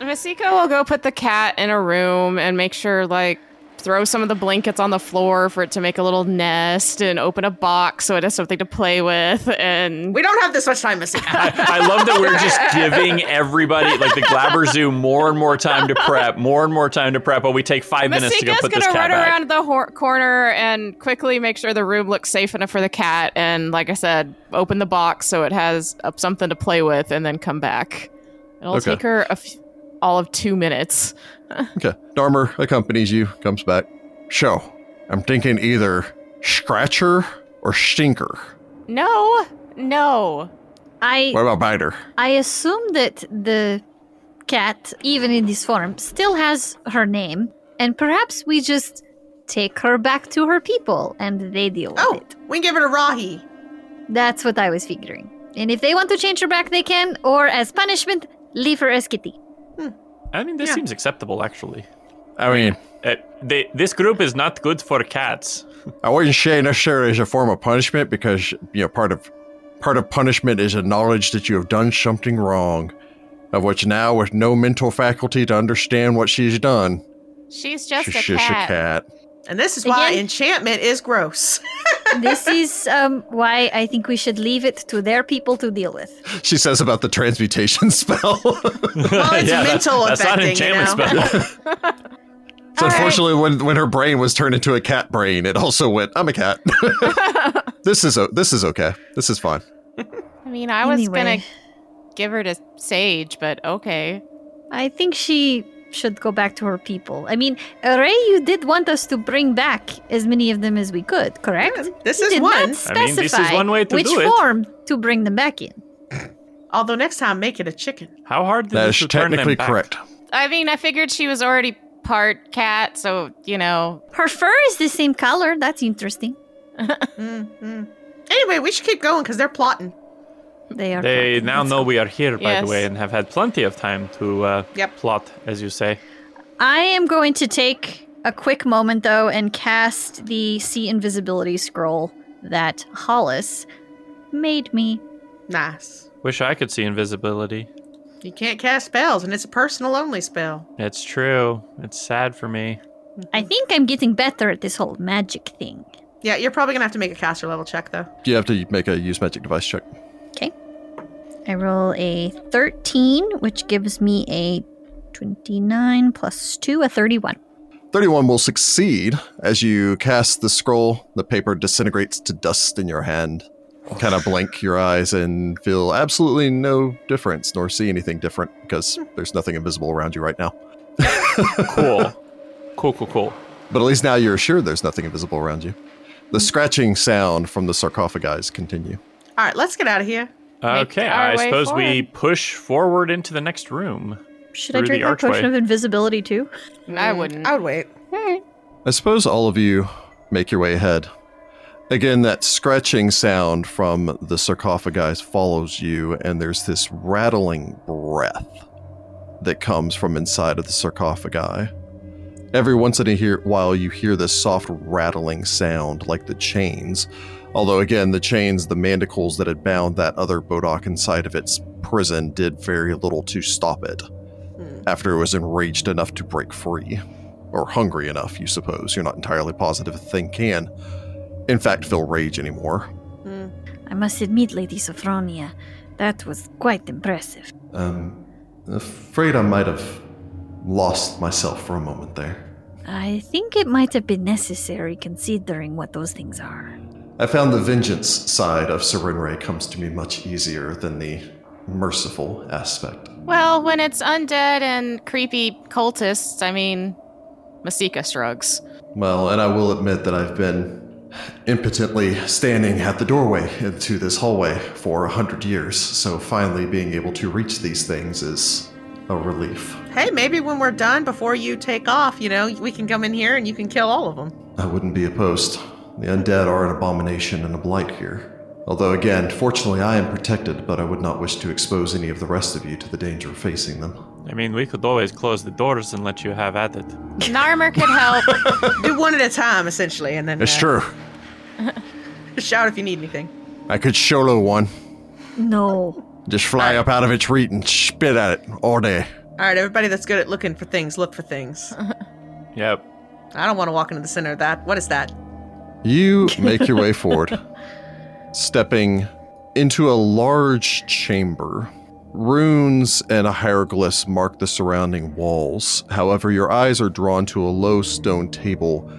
Masiko will go put the cat in a room and make sure, like, throw some of the blankets on the floor for it to make a little nest and open a box so it has something to play with. And we don't have this much time, Missy. I love that we're just giving everybody, like the Glabber Zoo, more and more time to prep, more and more time to prep, but we take five minutes to go Masika's put gonna this cat run back. around the hor- corner and quickly make sure the room looks safe enough for the cat. And like I said, open the box so it has uh, something to play with, and then come back. It'll Okay. take her a f- all of two minutes. Okay. Darmer accompanies you, comes back. So, I'm thinking either Scratcher or Stinker. No, no. I What about Biter? I assume that the cat, even in this form, still has her name, and perhaps we just take her back to her people and they deal with Oh, it. we can give it a Rahi. That's what I was figuring. And if they want to change her back, they can, or as punishment, leave her as kitty. I mean, this Yeah. seems acceptable, actually. I mean, Uh, they, this group is not good for cats. I wouldn't say necessarily as a form of punishment because you know part of part of punishment is a knowledge that you have done something wrong, of which now with no mental faculty to understand what she's done, She's just she's a, just cat. a cat. And this is why Again? enchantment is gross. this is um, why I think we should leave it to their people to deal with. She says about the transmutation spell. so Well, it's Yeah, that- mental that's not an affecting, you enchantment know. spell. unfortunately, when when her brain was turned into a cat brain, it also went. I'm a cat. this is o- this is okay. This is fine. I mean, I was Anyway. gonna give her to Sage, but okay. I think she should go back to her people. I mean, Ray, you did want us to bring back as many of them as we could, correct? This You is did one. not specify I mean, this is one way to which do it. form to bring them back in. Although next time, make it a chicken. How hard did That this is to turn them technically back? correct. I mean, I figured she was already part cat, so you know. Her fur is the same color. That's interesting. Mm, mm. Anyway, we should keep going because they're plotting. They are. They plotting. now That's know we are here, by the Yes. way, and have had plenty of time to uh, Yep. plot, as you say. cool. I am going to take a quick moment though and cast the see invisibility scroll that Hollis made me. Nice. Wish I could see invisibility. You can't cast spells, and it's a personal only spell. It's true. It's sad for me. I think I'm getting better at this whole magic thing. Yeah, you're probably gonna have to make a caster level check though. You have to make a use magic device check. I roll a 13, which gives me a 29 plus 2, a 31. 31 will succeed as you cast the scroll. The paper disintegrates to dust in your hand. Kind of blink your eyes and feel absolutely no difference, nor see anything different because there's nothing invisible around you right now. Cool. cool, cool, cool. But at least now you're assured there's nothing invisible around you. The scratching sound from the sarcophagi continue. All right, let's get out of here. Make Okay, our I way suppose we forward. push forward into the next room. Should I Through the drink my archway. potion of invisibility too? Mm. I wouldn't. I would wait. I suppose all of you make your way ahead. Again, that scratching sound from the sarcophagi follows you, and there's this rattling breath that comes from inside of the sarcophagi. Every once in a hear- while, you hear this soft rattling sound like the chains. Although, again, the chains, the manacles that had bound that other Bodok inside of its prison, did very little to stop it Hmm. after it was enraged enough to break free, or hungry enough, you suppose. You're not entirely positive a thing can, in fact, feel rage anymore. Hmm. I must admit, Lady Sophronia, that was quite impressive. Um, afraid I might have lost myself for a moment there. I think it might have been necessary considering what those things are. I found the vengeance side of Serenray comes to me much easier than the merciful aspect. Well, when it's undead and creepy cultists, I mean, Masika shrugs. Well, and I will admit that I've been impotently standing at the doorway into this hallway for a hundred years, so finally being able to reach these things is a relief. Hey, maybe when we're done, before you take off, you know, we can come in here and you can kill all of them. I wouldn't be opposed. The undead are an abomination and a blight here. Although, again, fortunately, I am protected, but I would not wish to expose any of the rest of you to the danger facing them. I mean, we could always close the doors and let you have at it. Narmer could help. Do one at a time, essentially, and then uh, true. shout if you need anything. I could solo one, No. just fly up out of its reach and spit at it all day. All right, everybody that's good at looking for things, look for things. Yep. I don't want to walk into the center of that. What is that? You make your way forward, stepping into a large chamber. Runes and hieroglyphs mark the surrounding walls. However, your eyes are drawn to a low stone table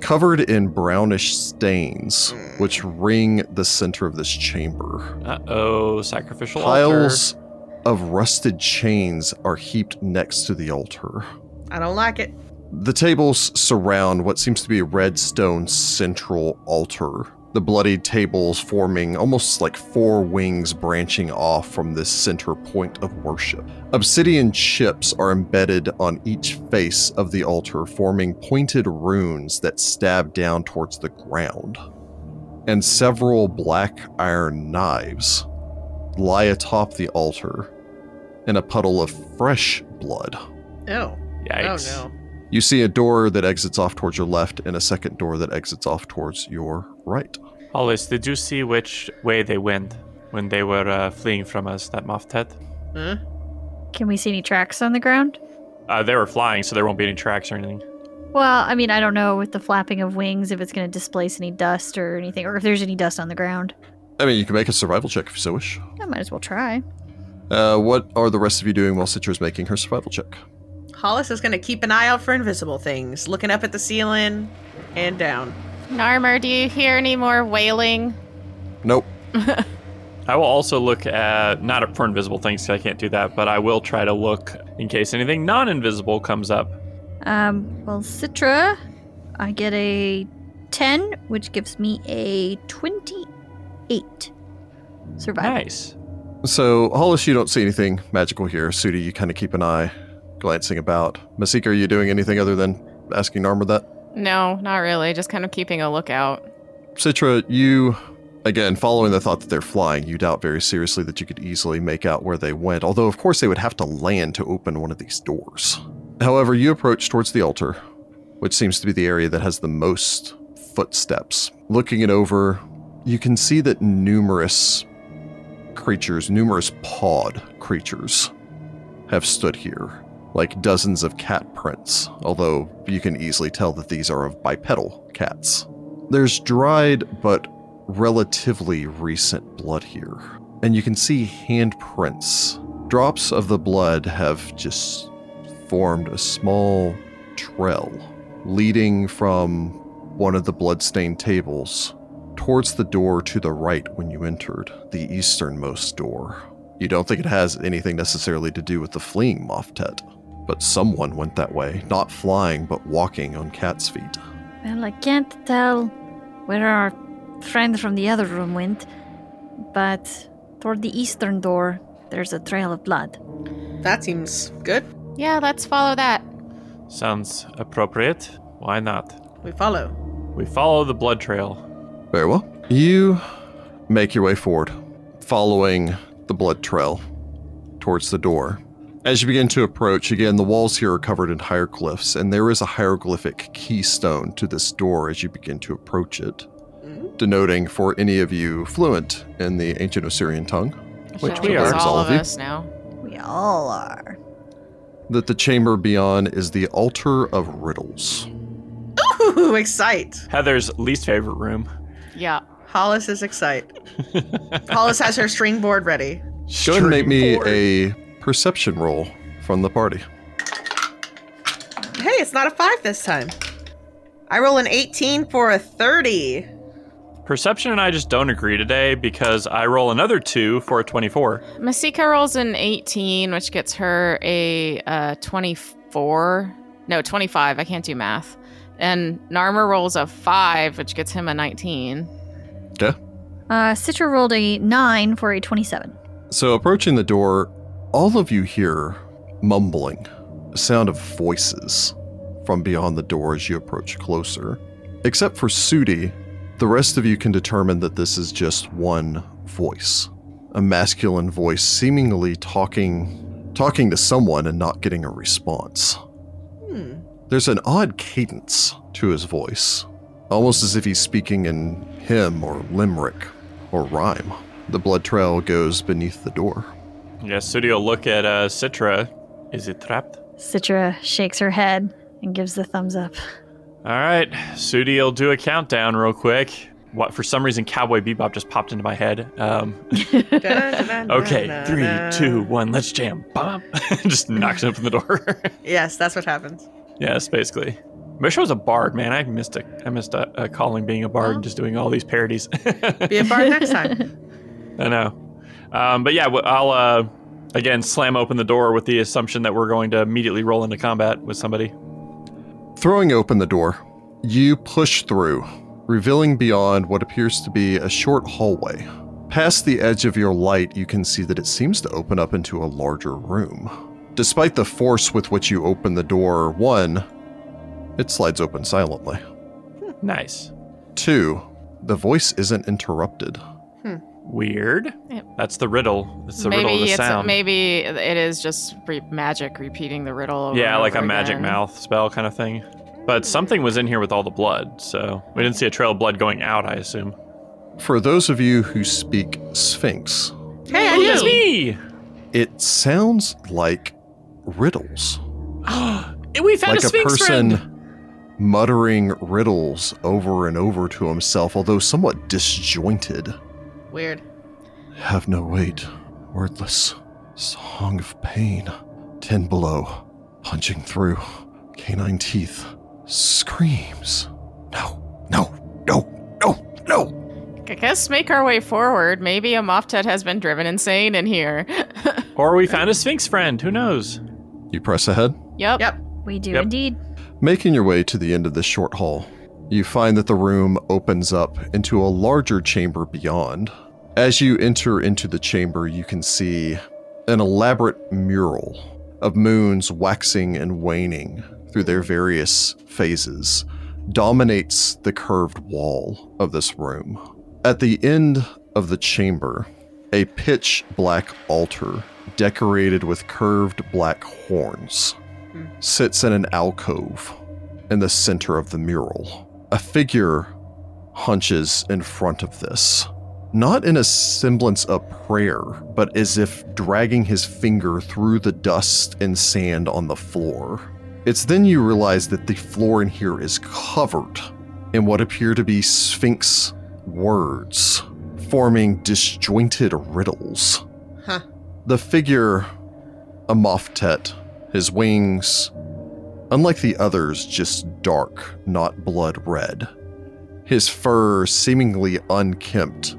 covered in brownish stains, which ring the center of this chamber. Uh oh, sacrificial Piles of rusted chains are heaped next to the altar. I don't like it. The tables surround what seems to be a red stone central altar. The bloodied tables forming almost like four wings branching off from this center point of worship. Obsidian chips are embedded on each face of the altar, forming pointed runes that stab down towards the ground. And several black iron knives lie atop the altar in a puddle of fresh blood. Oh. Yikes. Oh no. You see a door that exits off towards your left and a second door that exits off towards your right. Hollis, did you see which way they went when they were uh, fleeing from us, that moth tet? Huh? Can we see any tracks on the ground? Uh, they were flying, so there won't be any tracks or anything. Well, I mean, I don't know with the flapping of wings if it's going to displace any dust or anything, or if there's any dust on the ground. I mean, you can make a survival check if you so wish. I might as well try. Uh, what are the rest of you doing while Citra is making her survival check? Hollis is going to keep an eye out for invisible things, looking up at the ceiling and down. Narmer, do you hear any more wailing? Nope. I will also look at, not at- for invisible things, 'cause I can't do that, but I will try to look in case anything non invisible comes up. Um, well, Citra, I get a 10, which gives me a 28 survival. Nice. So, Hollis, you don't see anything magical here. Sudi, you kind of keep an eye glancing about. Masika, are you doing anything other than asking Narmer that? No, not really. Just kind of keeping a lookout. Citra, you, again, following the thought that they're flying, you doubt very seriously that you could easily make out where they went, although, of course, they would have to land to open one of these doors. However, you approach towards the altar, which seems to be the area that has the most footsteps. Looking it over, you can see that numerous creatures, numerous pawed creatures, have stood here, like dozens of cat prints, although you can easily tell that these are of bipedal cats. There's dried but relatively recent blood here, and you can see handprints. Drops of the blood have just formed a small trail leading from one of the bloodstained tables towards the door to the right when you entered, the easternmost door. You don't think it has anything necessarily to do with the fleeing Moftet, but someone went that way, not flying but walking on cat's feet. Well, I can't tell where our friend from the other room went, but toward the eastern door, there's a trail of blood. That seems good. Yeah, let's follow that. Sounds appropriate. Why not? We follow. We follow the blood trail. Very well. You make your way forward, following the blood trail towards the door. As you begin to approach, again, the walls here are covered in hieroglyphs, and there is a hieroglyphic keystone to this door as you begin to approach it, denoting for any of you fluent in the ancient Assyrian tongue, which we It are. was represents all of you, us now. We all are. that the chamber beyond is the altar of riddles. Ooh, excite. Heather's least favorite room. Yeah. Hollis is excite. Hollis has her string board ready. Go ahead and make me a perception roll from the party. Hey, it's not a five this time. I roll an 18 for a 30. Perception and I just don't agree today because I roll another two for a 24. Masika rolls an 18, which gets her a uh, 24. No, 25. I can't do math. And Narmer rolls a 5, which gets him a 19. Okay. Uh, Citra rolled a 9 for a 27. So, approaching the door, all of you hear mumbling, a sound of voices from beyond the door as you approach closer. Except for Sudi, the rest of you can determine that this is just one voice, a masculine voice seemingly talking talking to someone and not getting a response. Hmm. There's an odd cadence to his voice, almost as if he's speaking in hymn or limerick or rhyme. The blood trail goes beneath the door. Yeah, Studio, look at uh, Citra. Is it trapped? Citra shakes her head and gives the thumbs up. All right, Sudi will do a countdown real quick. What for some reason Cowboy Bebop just popped into my head. Um, okay, three, two, one, let's jam. Bum. just knocks open the door. Yes, that's what happens. yes, basically. Wish I was a bard, man. I missed a I missed a, a calling being a bard, and just doing all these parodies. Be a bard next time. I know. Um, but yeah, wh- I'll uh, Again, slam open the door with the assumption that we're going to immediately roll into combat with somebody. Throwing open the door, you push through, revealing beyond what appears to be a short hallway. Past the edge of your light, you can see that it seems to open up into a larger room. Despite the force with which you open the door, one, it slides open silently. Nice. Two, the voice isn't interrupted. Weird. Yep. That's the riddle. It's the riddle of the maybe it's sound. maybe it is just re- magic repeating the riddle. Over yeah, and like a over magic again. mouth spell kind of thing. But something was in here with all the blood, so we didn't see a trail of blood going out, I assume. For those of you who speak Sphinx, Hey, I Ooh, that's do. me! it sounds like riddles. we like found a a sphinx person friend! muttering riddles over and over to himself, although somewhat disjointed. Weird. Have no weight, wordless, song of pain, ten below, punching through, canine teeth, screams. No, no, no, no, no. I guess make our way forward. Maybe a Moftet has been driven insane in here. Or we found a sphinx friend. Who knows? You press ahead. yep. Yep. We do Yep. indeed. Making your way to the end of this short hall, you find that the room opens up into a larger chamber beyond. As you enter into the chamber, you can see an elaborate mural of moons waxing and waning through their various phases dominates the curved wall of this room. At the end of the chamber, a pitch black altar decorated with curved black horns sits in an alcove in the center of the mural. A figure hunches in front of this, not in a semblance of prayer, but as if dragging his finger through the dust and sand on the floor. It's then you realize that the floor in here is covered in what appear to be Sphinx words, forming disjointed riddles. Huh. The figure, a Moftet, his wings, unlike the others, just dark, not blood red. His fur seemingly unkempt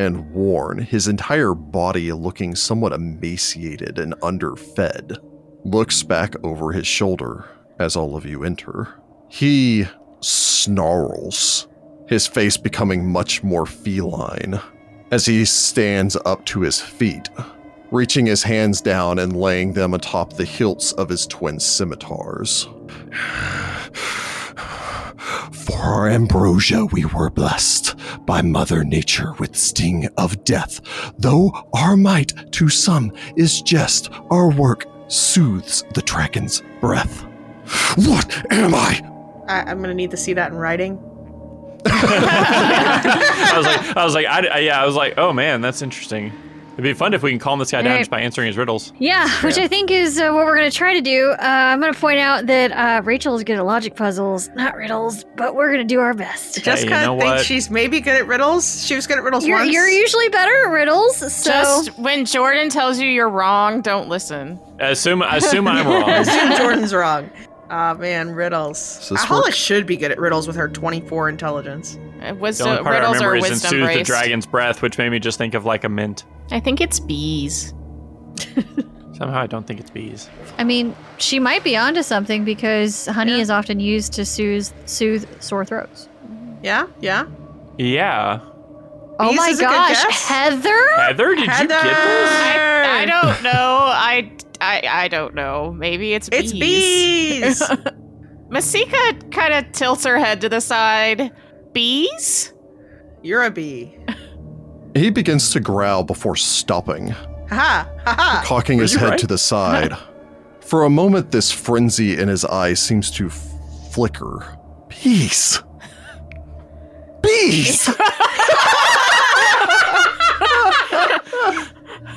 and worn, his entire body looking somewhat emaciated and underfed, looks back over his shoulder as all of you enter. He snarls, his face becoming much more feline as he stands up to his feet reaching his hands down and laying them atop the hilts of his twin scimitars. For our ambrosia, we were blessed by Mother Nature with sting of death. Though our might to some is jest, our work soothes the dragon's breath. What am I? I, I'm gonna need to see that in writing. I was like, I was like, I, I- yeah, I was like, oh man, that's interesting. It'd be fun if we can calm this guy down Right. just by answering his riddles. Yeah, which I think is uh, what we're going to try to do. Uh, I'm going to point out that uh, Rachel is good at logic puzzles, not riddles, but we're going to do our best. Jessica you know thinks what? she's maybe good at riddles. She was good at riddles You're, once. you're usually better at riddles, so Just when Jordan tells you you're wrong, don't listen. Assume, assume I'm wrong. Assume Jordan's wrong. Ah man, riddles. Does this Ahala work? should be good at riddles with her 24 intelligence. Uh, The only Wisdom part I riddles remember are is in wisdom soothe the braced. dragon's breath, which made me just think of like a mint. I think it's bees. Somehow I don't think it's bees. I mean, she might be onto something because honey is often used to soothe, soothe sore throats. Yeah, yeah. Yeah, oh Bees my is a good gosh, guess. Heather! Heather, did you get this? I, I don't know. I, I I don't know. Maybe it's bees. It's bees. Masika kind of tilts her head to the side. Bees? You're a bee. He begins to growl before stopping. Ha ha ha. cocking his you head right? to the side. For a moment, this frenzy in his eyes seems to f- flicker. Peace. Peace.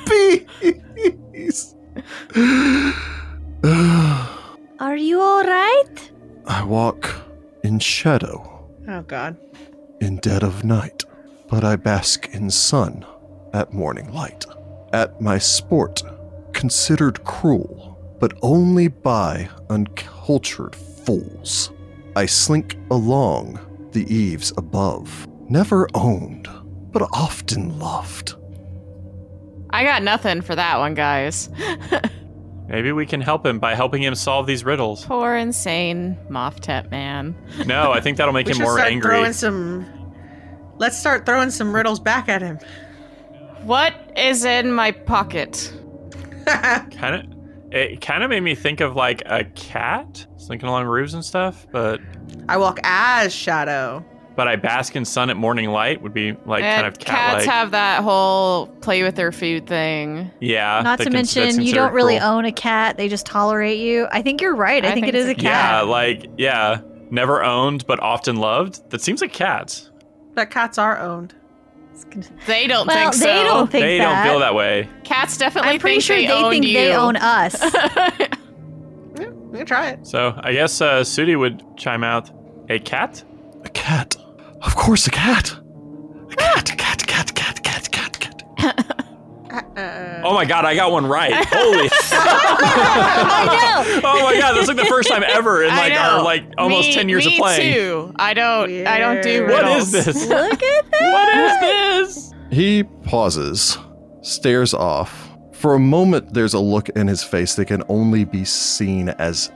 Peace. Are you alright? I walk in shadow. Oh god. in dead of night, but I bask in sun at morning light. At my sport, considered cruel, but only by uncultured fools, I slink along the eaves above, never owned, but often loved. I got nothing for that one, guys. Maybe we can help him by helping him solve these riddles. Poor insane Moftet man. No, I think that'll make we him should more start angry. throwing some. Let's start throwing some riddles back at him. What is in my pocket? Kind of, it kind of made me think of like a cat slinking along roofs and stuff. But I walk as shadow. but I bask in sun at morning light would be like Eh, Uh, kind of cat cats like. have that whole play with their food thing. yeah. Not that to cons- that's mention, you don't considered really cruel. own a cat; they just tolerate you. I think you're right. I, I think, think it is a it's Yeah, cat. like yeah, never owned but often loved. That seems like cats. But cats are owned. It's gonna- They don't well, think so. they don't think they that. don't feel that way. Cats definitely I'm pretty think sure they, they, think owned they you. own us. Yeah, we can try it. So I guess uh, Sudi would chime out, "A cat? A cat. Of course, a cat. A cat, cat, cat, cat, cat, cat, cat. Uh, Oh my god, I got one right! Holy! I know. oh my god, that's like the first time ever in I like our know. like almost Me- ten years me of playing. Too. I don't. I don't do Weird. riddles. What is this? Look at that. what is this? He pauses, stares off. For a moment, there's a look in his face that can only be seen as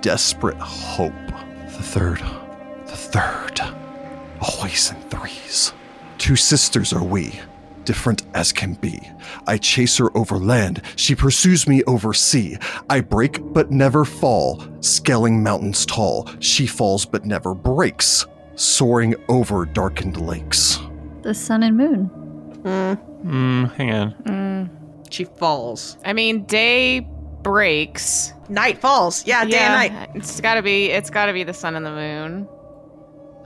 desperate hope. The third, the third, always in threes. Two sisters are we, different as can be. I chase her over land, she pursues me over sea. I break but never fall, scaling mountains tall. She falls but never breaks, soaring over darkened lakes. The sun and moon. mm, Hmm, hang on. Mm. she falls. I mean, day breaks. Night falls. Yeah, day and night. It's gotta be. It's gotta be the sun and the moon.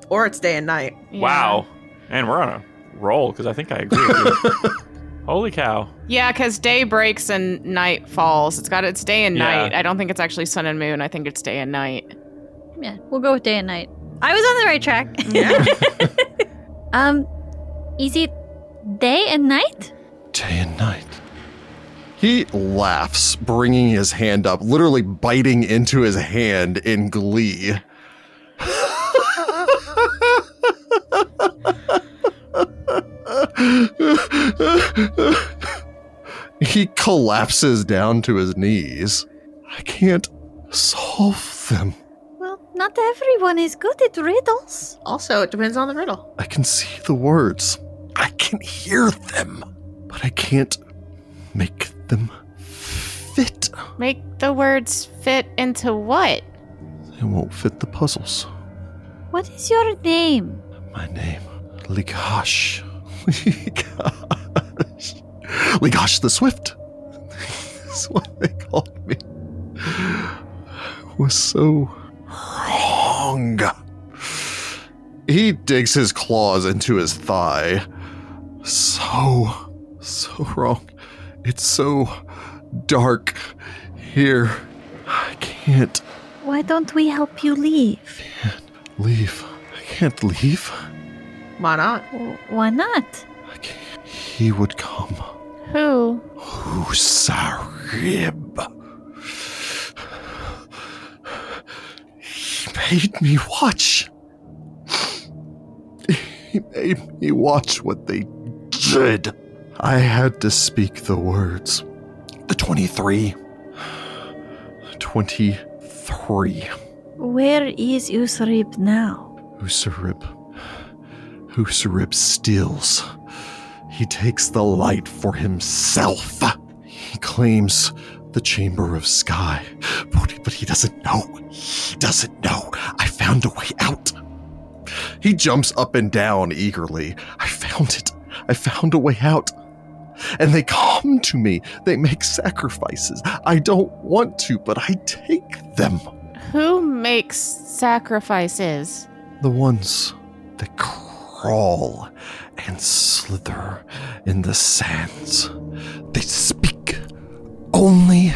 Or it's day and night. Yeah. Wow. And we're on a roll because I think I agree. With you. Holy cow! Yeah, because day breaks and night falls. It's got. It's day and Yeah. night. I don't think it's actually sun and moon. I think it's day and night. Yeah, we'll go with day and night. I was on the right track. Yeah. um, is it day and night? day and night. He laughs, bringing his hand up, literally biting into his hand in glee. he collapses down to his knees. I can't solve them. Well, not everyone is good at riddles. also, it depends on the riddle. I can see the words. I can hear them, but I can't make them fit. Make the words fit into what? They won't fit the puzzles. What is your name? My name, Ligash. Ligash. Ligash the Swift. That's what they called me. I was so wrong. He digs his claws into his thigh. So, so wrong. It's so dark here. I can't Why don't we help you leave? leave. I can't leave. Why not? W- Why not? I can't. He would come. Who? Husarib. He made me watch. He made me watch what they did. I had to speak the words. The 23. 23. Where is Usrib now? Usarib. Usarib steals. He takes the light for himself. He claims the Chamber of Sky. But, but he doesn't know. He doesn't know. I found a way out. He jumps up and down eagerly. I found it. I found a way out. And they come to me. They make sacrifices. I don't want to, but I take them. Who makes sacrifices? the ones that crawl and slither in the sands. They speak only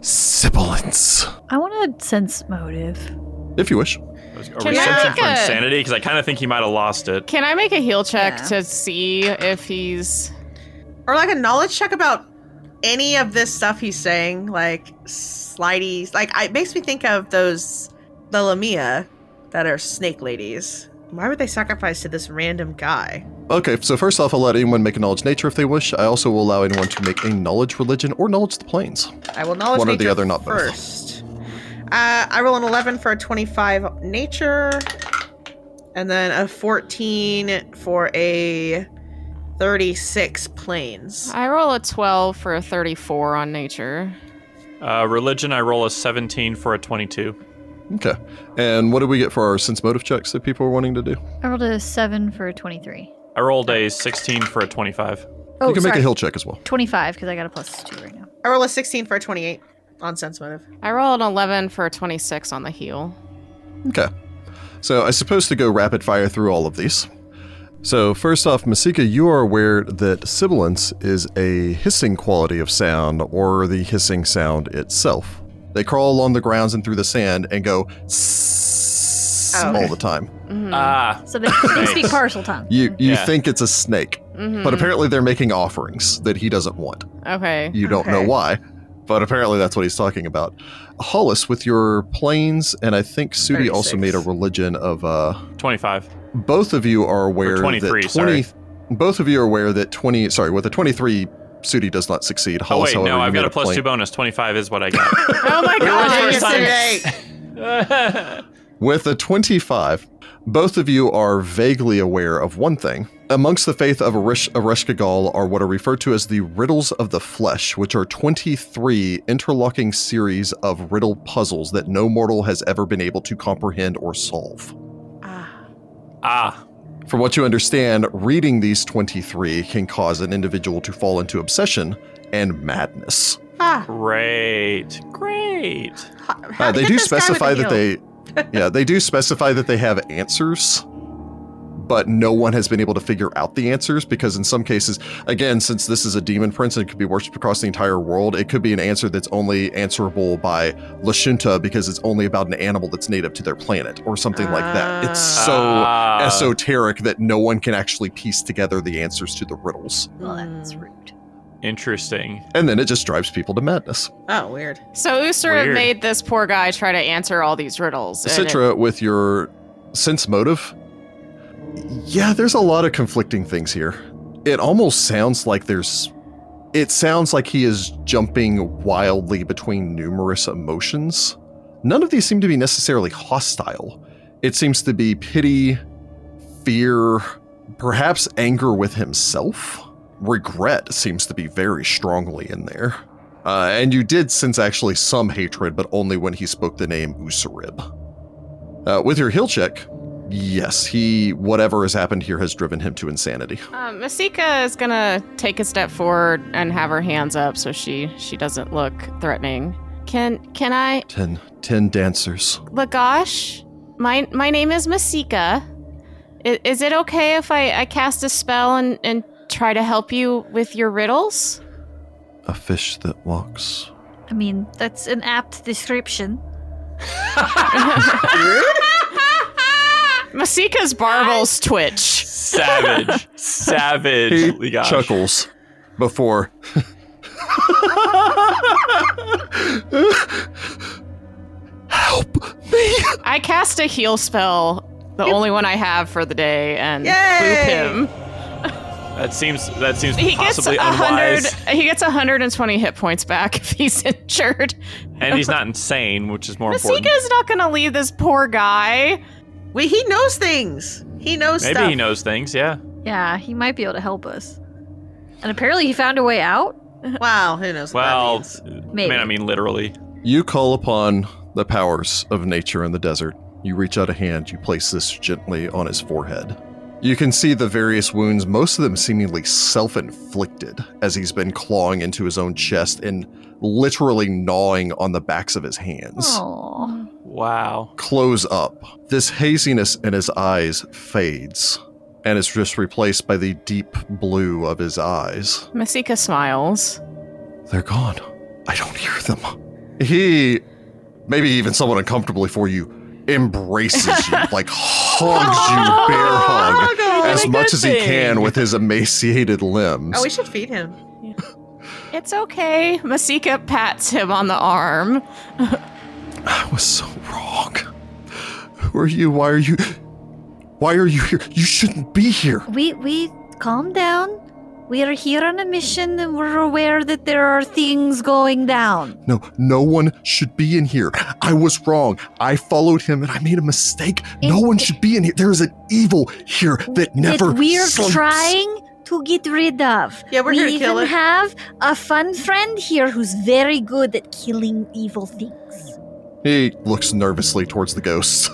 sibilance. I want to sense motive. If you wish. Are Can we I searching make for a- insanity? Because I kind of think he might have lost it. Can I make a heal check Yeah. to see if he's Or like a knowledge check about any of this stuff he's saying, like slideys. Like I- it makes me think of those the Lamia that are snake ladies. Why would they sacrifice to this random guy? Okay, so first off, I'll let anyone make a knowledge nature if they wish. I also will allow anyone to make a knowledge religion or knowledge the planes. I will knowledge One or the nature other, not both. first. Uh, I roll an 11 for a 25 nature, and then a 14 for a 36 planes. I roll a 12 for a 34 on nature. Uh, religion, I roll a 17 for a 22. Okay. And what did we get for our sense motive checks that people are wanting to do? I rolled a seven for a twenty-three. I rolled a 16 for a 25. Oh, you can sorry, make a hill check as well. twenty-five because I got a plus two right now. I roll a 16 for a 28 on sense motive. I roll an 11 for a 26 on the heel. Okay. So I suppose to go rapid fire through all of these. So first off, Masika, you are aware that sibilance is a hissing quality of sound or the hissing sound itself. They crawl along the grounds and through the sand and go Oh, okay. all the time. Mhm. Ah, So they, they speak partial tongue. You Mm-hmm. you Yeah. think it's a snake, Mhm. but apparently they're making offerings that he doesn't want. okay. You don't know Okay. why, but apparently that's what he's talking about. Hollis, with your planes, and I think Sudi also 36. made a religion of. Uh, 25. both of you are aware that 23, 20. sorry. Both of you are aware that 20. Sorry, with a 23, Sudi does not succeed. Oh, Hollis, wait, no, however, I've you made got a plus plane. two bonus. 25 is what I got. Oh my Really? god. First time. Yesterday. With a 25, both of you are vaguely aware of one thing. Amongst the faith of Arish, Ereshkigal are what are referred to as the riddles of the flesh, which are 23 interlocking series of riddle puzzles that no mortal has ever been able to comprehend or solve. Ah, ah, From what you understand, reading these 23 can cause an individual to fall into obsession and madness. ah, great. Great. how- Uh, how they did do this guy with specify a that heel? they, yeah, they do specify that they have answers, but no one has been able to figure out the answers because in some cases, again, since this is a demon prince and it could be worshipped across the entire world, it could be an answer that's only answerable by Lashunta because it's only about an animal that's native to their planet or something like that. It's so Ah. esoteric that no one can actually piece together the answers to the riddles, Well, that's Mm. rude. Interesting. and then it just drives people to madness. Oh, weird. So Usura Weird. made this poor guy try to answer all these riddles. and it- Citra, with your sense motive, yeah, there's a lot of conflicting things here. It almost sounds like there's. It sounds like he is jumping wildly between numerous emotions. None of these seem to be necessarily hostile. It seems to be pity, fear, perhaps anger with himself. Regret seems to be very strongly in there. Uh, and you did sense actually some hatred, but only when he spoke the name Usarib. Uh, with your heal check, yes, he whatever has happened here has driven him to insanity. Um, Masika is gonna take a step forward and have her hands up so she she doesn't look threatening. Can can I Ten, ten dancers. Lagash? My my name is Masika. I, is it okay if I, I cast a spell and, and try to help you with your riddles? A fish that walks. I mean, that's an apt description. Masika's barbels twitch. Savage. Savage. He Gosh. chuckles before. Help me! I cast a heal spell, the only one I have for the day, and Yay! boop him. That seems that seems He gets possibly a hundred. unwise. He gets hundred and twenty hit points back if he's injured. And he's not insane, which is more important. Masika's not gonna leave this poor guy. Wait, he knows things. He knows Maybe stuff. he knows things, yeah. Yeah, he might be able to help us. And apparently, he found a way out. Wow, who knows? what that Well, means. Maybe. man, I mean literally. You call upon the powers of nature in the desert. You reach out a hand, you place this gently on his forehead. You can see the various wounds, most of them seemingly self inflicted, as he's been clawing into his own chest and literally gnawing on the backs of his hands. Oh. Aw. Wow. Close up. This haziness in his eyes fades and is just replaced by the deep blue of his eyes. Masika smiles. They're gone. I don't hear them. He, maybe even somewhat uncomfortably for you, embraces you, like hugs you, Oh bear hug, as Really much good as he thing. can with his emaciated limbs. Oh, we should feed him. It's okay. Masika pats him on the arm. I was so wrong. Who are you? Why are you? Why are you here? You shouldn't be here. We we calm down. We are here on a mission and we're aware that there are things going down. No, no one should be in here. I was wrong. I followed him and I made a mistake. no It- one should be in here. There is an evil here that never that we're sleeps. trying to get rid of. Yeah, we're we here to even kill it. have a fun friend here who's very good at killing evil things. He looks nervously towards the ghosts.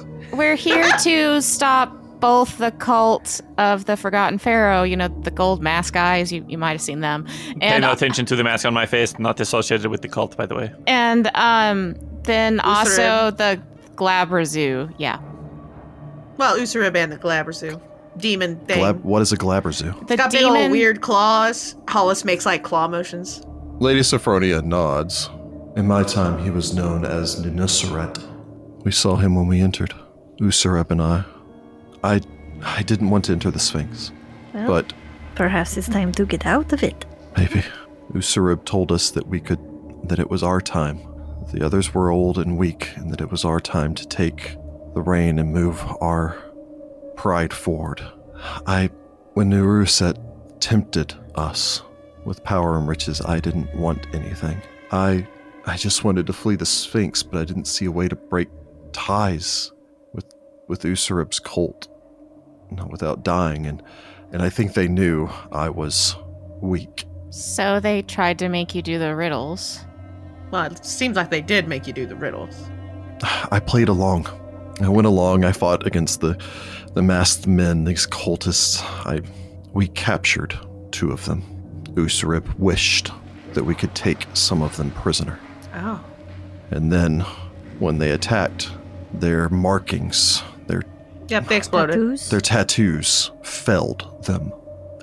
We're here to stop both the cult of the Forgotten Pharaoh, you know, the gold mask guys, you, you might have seen them. Pay And no attention to the mask on my face. Not associated with the cult, by the way. and um then also Lutheran. the Glabrazoo. Yeah. Well, Usarib and the Glabrazoo. Demon thing. Glab- what is a glabberzoo? The Got big demon old weird claws. Hollis makes like claw motions. Lady Sophronia nods. In my time, he was known as Nunusaret. We saw him when we entered, Usurep and I. I, I didn't want to enter the Sphinx, Well, but perhaps it's time to get out of it. maybe Usurep told us that we could, that it was our time. The others were old and weak, and that it was our time to take the reign and move our pride forward. I, when Nuruset tempted us with power and riches, I didn't want anything. I, I just wanted to flee the Sphinx, but I didn't see a way to break ties with with Usurip's cult, not without dying. And and I think they knew I was weak. So they tried to make you do the riddles. Well, it seems like they did make you do the riddles. I played along. I went along. I fought against the the masked men, these cultists. I we captured two of them. Usurip wished that we could take some of them prisoner. Oh. And then when they attacked, their markings, their Yep, they exploded. Tattoos? their tattoos felled them,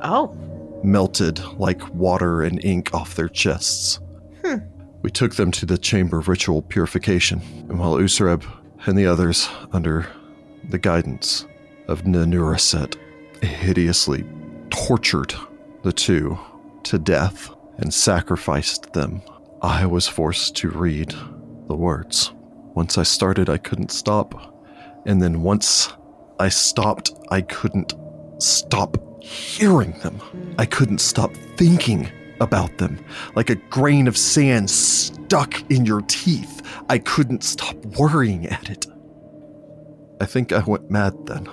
Oh. melted like water and ink off their chests. Hmm. We took them to the chamber of ritual purification, and while Usureb and the others, under the guidance of Nanuraset, hideously tortured the two to death and sacrificed them, I was forced to read the words. Once I started, I couldn't stop, and then once I stopped, I couldn't stop hearing them. I couldn't stop thinking about them like a grain of sand stuck in your teeth. I couldn't stop worrying at it. I think I went mad then.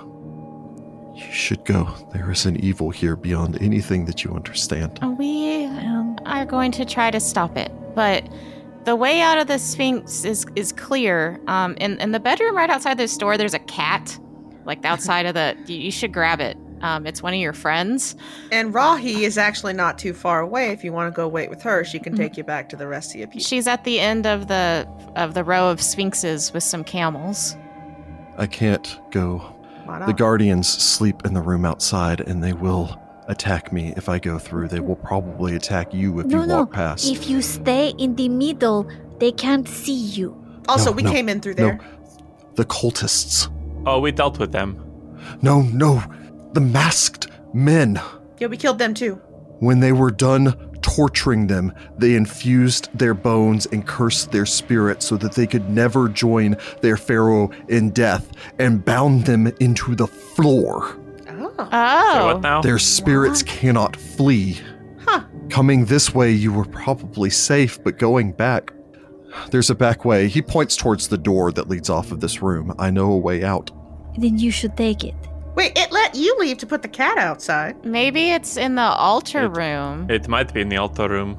You should go. There is an evil here beyond anything that you Oh. understand. We Um, are going to try to stop it, but the way out of the Sphinx is is clear. Um, in in the bedroom right outside the store, there's a cat, like outside of the. You you should grab it. Um, it's one of your friends. And Rahi is actually not too far away. If you want to go wait with her, she can Mhm. take you back to the rest of your people. She's at the end of the of the row of sphinxes with some camels. I can't go. Why The not? guardians sleep in the room outside and they will attack me if I go through. They will probably attack you if No, you no. walk past. if you stay in the middle, they can't see you. also, No, we no, came in through no. there. the cultists. Oh, we dealt with them. No, no. The masked men. Yeah, we killed them too. When they were done torturing them, they infused their bones and cursed their spirit so that they could never join their pharaoh in death and bound them into the floor. Oh. Oh, So what now? Their spirits cannot flee. Huh. Coming this way, you were probably safe, but going back, there's a back way. He points towards the door that leads off of this room. I know a way out. Then you should take it. Wait, it let you leave to put the cat outside. maybe it's in the altar It- room. It might be in the altar room,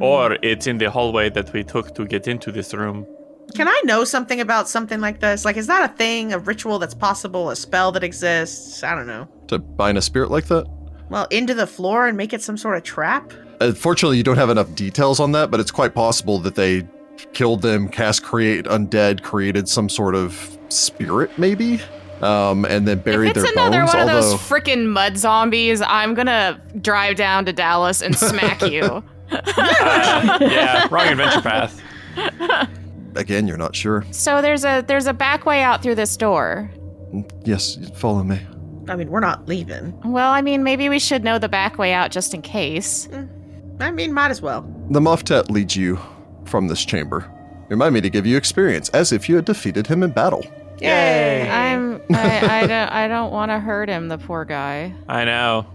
or it's in the hallway that we took to get into this room. Can I know something about something like this? Like, is that a thing, a ritual that's possible, a spell that exists? I don't know. To bind a spirit like that? Well, into the floor and make it some sort of trap? Unfortunately, Uh, you don't have enough details on that, but it's quite possible that they killed them, cast create undead, created some sort of spirit, maybe, um, and then if buried it's their another bones. one although of those freaking mud zombies, I'm gonna drive down to Dallas and smack you. Uh, yeah, wrong adventure path. again, you're not sure. So there's a there's a back way out through this door. Yes, follow me. I mean, we're not leaving. Well, I mean, maybe we should know the back way out just in case. I mean, might as well. The Moftet leads you from this chamber. Remind me to give you experience, as if you had defeated him in battle. Yay! I'm I, I don't. I don't want to hurt him. The poor guy. I know.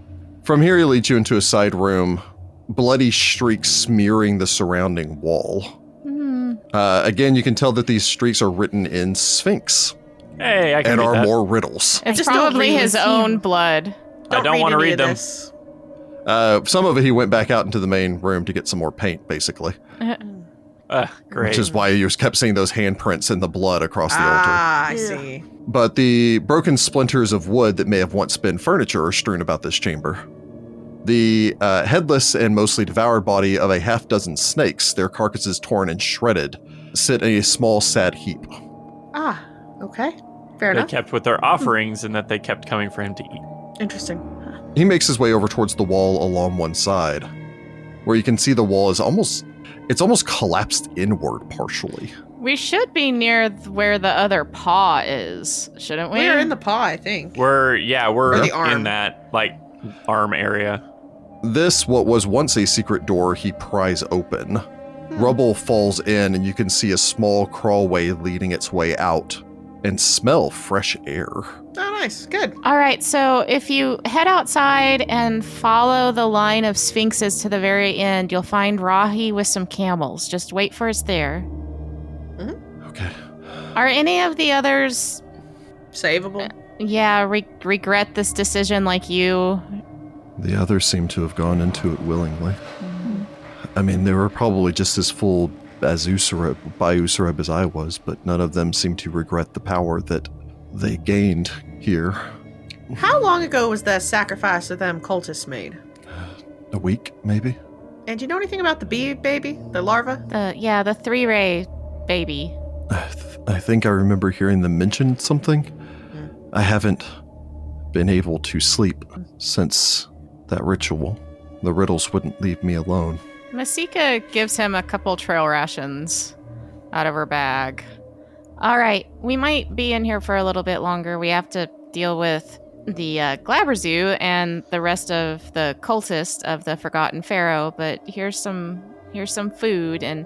From here, he leads you into a side room, bloody streaks smearing the surrounding wall. Hmm. Uh, again, you can tell that these streaks are written in Sphinx Hey, I can and read are that. more riddles. It's just don't probably read his him. own blood. I don't want to any read of them. this. Uh, some of it he went back out into the main room to get some more paint, basically, Ugh, Ah, great. which is why you kept seeing those handprints in the blood across the altar. Ah, I altar. see. But the broken splinters of wood that may have once been furniture are strewn about this chamber. The uh, headless and mostly devoured body of a half dozen snakes, their carcasses torn and shredded, sit in a small, sad heap. Ah, okay. Fair they enough. kept with their offerings and that they kept coming for him to eat. Interesting. He makes his way over towards the wall along one side, where you can see the wall is almost. It's almost collapsed inward partially. We should be near th- where the other paw is, shouldn't we? We're in the paw, I think. We're yeah, Or we're the arm. in that like arm area. This, what was once a secret door, he pries open. Hmm. Rubble falls in, and you can see a small crawlway leading its way out and smell fresh air. Oh, nice. Good. All right, so if you head outside and follow the line of sphinxes to the very end, you'll find Rahi with some camels. Just wait for us there. Okay. Are any of the others, Savable. yeah, re- regret this decision like you? The others seem to have gone into it willingly. I mean, they were probably just as fooled as Usureb, by Usureb as I was, but none of them seem to regret the power that they gained here. How long ago was the sacrifice of them cultists made? A week, maybe? And do you know anything about the bee baby, the larva? The yeah, the three ray baby. I, th- I think I remember hearing them mention something. I haven't been able to sleep since that ritual. The riddles wouldn't leave me alone. Masika gives him a couple trail rations out of her bag. All right, we might be in here for a little bit longer. We have to deal with the uh, Glabrezu and the rest of the cultist of the Forgotten Pharaoh. But here's some here's some food, and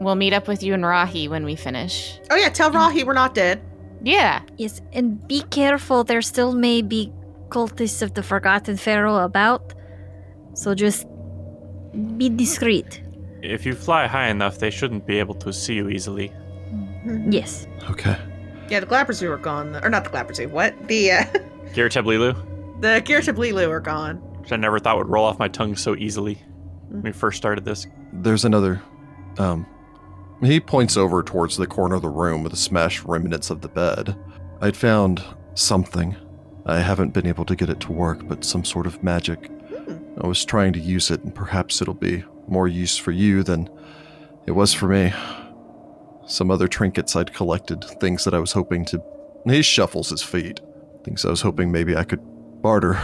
we'll meet up with you and Rahi when we finish. Oh yeah, tell Rahi we're not dead. Yeah, Yes, and be careful. There still may be cultists of the Forgotten Pharaoh about, so just be discreet. If you fly high enough, they shouldn't be able to see you easily. Yes. Okay. Yeah, the Glabrezu are gone. Or not the Glabrezu. What? The uh, Gear Tablilu, the Kirtablilu are gone. which I never thought would roll off my tongue so easily when we first started this. There's another. Um, he points over towards the corner of the room with the smashed remnants of the bed. I'd found something. I haven't been able to get it to work, but some sort of magic. I was trying to use it, and perhaps it'll be more use for you than it was for me. Some other trinkets I'd collected, things that I was hoping to. He shuffles his feet. Things I was hoping maybe I could barter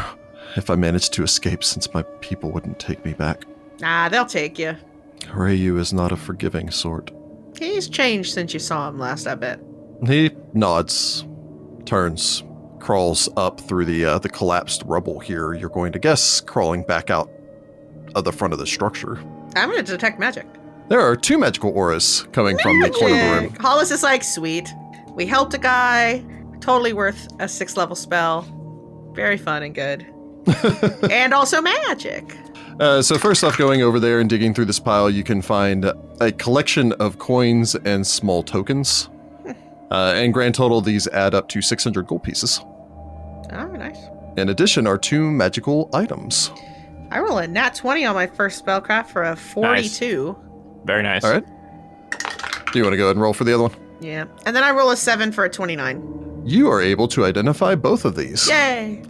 if I managed to escape, since my people wouldn't take me back. Nah, they'll take you. Rayu is not a forgiving sort. He's changed since you saw him last, I bet. He nods, turns, crawls up through the uh, the collapsed rubble here. You're going to guess crawling back out of the front of the structure. I'm gonna detect magic. There are two magical auras coming from the corner of the room. Magic. Hollis is like, sweet. We helped a guy. Totally worth a six level spell. Very fun and good. and also magic. Uh, so first off, going over there and digging through this pile, you can find a collection of coins and small tokens. Uh, and grand total, these add up to 600 gold pieces. Oh, nice. In addition, are two magical items. I roll a nat 20 on my first spellcraft for a 42. Very nice. All right. Do you want to go ahead and roll for the other one? Yeah. And then I roll a 7 for a 29. You are able to identify both of these. Yay.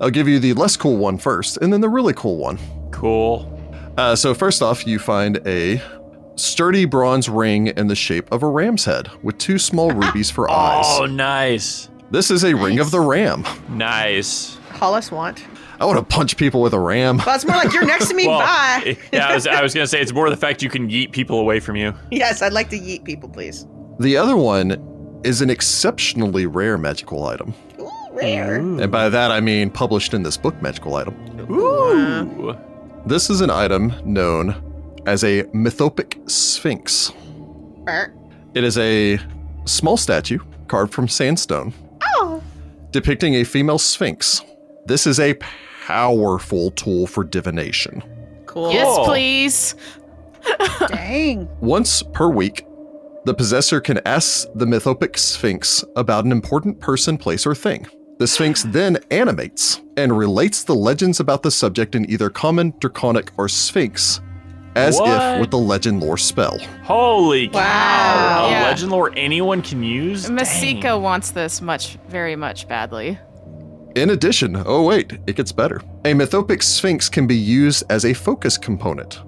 I'll give you the less cool one first, and then the really cool one. Cool. Uh, so, first off, you find a sturdy bronze ring in the shape of a ram's head with two small rubies for Oh, eyes. nice. This is a ring of the ram. Nice. Hollis want. I want to punch people with a ram. But it's more like you're next to me. Well, Bye. yeah, I was, I was gonna say it's more the fact you can yeet people away from you. Yes, I'd like to yeet people, please. The other one is an exceptionally rare magical item. Ooh, rare. And by that, I mean published in this book magical item. Ooh. This is an item known as a mythopic sphinx. Burr. It is a small statue carved from sandstone. Oh, depicting a female sphinx. This is a powerful tool for divination. Cool. Yes, Cool. please. Dang. Once per week, the possessor can ask the mythopic sphinx about an important person, place, or thing. The sphinx then animates and relates the legends about the subject in either common, draconic, or sphinx, as What? if with the legend lore spell. Holy cow! Wow. A Yeah. legend lore anyone can use. Masika Dang. wants this much, very much badly. In addition, oh wait, it gets better. A mythopic sphinx can be used as a focus component.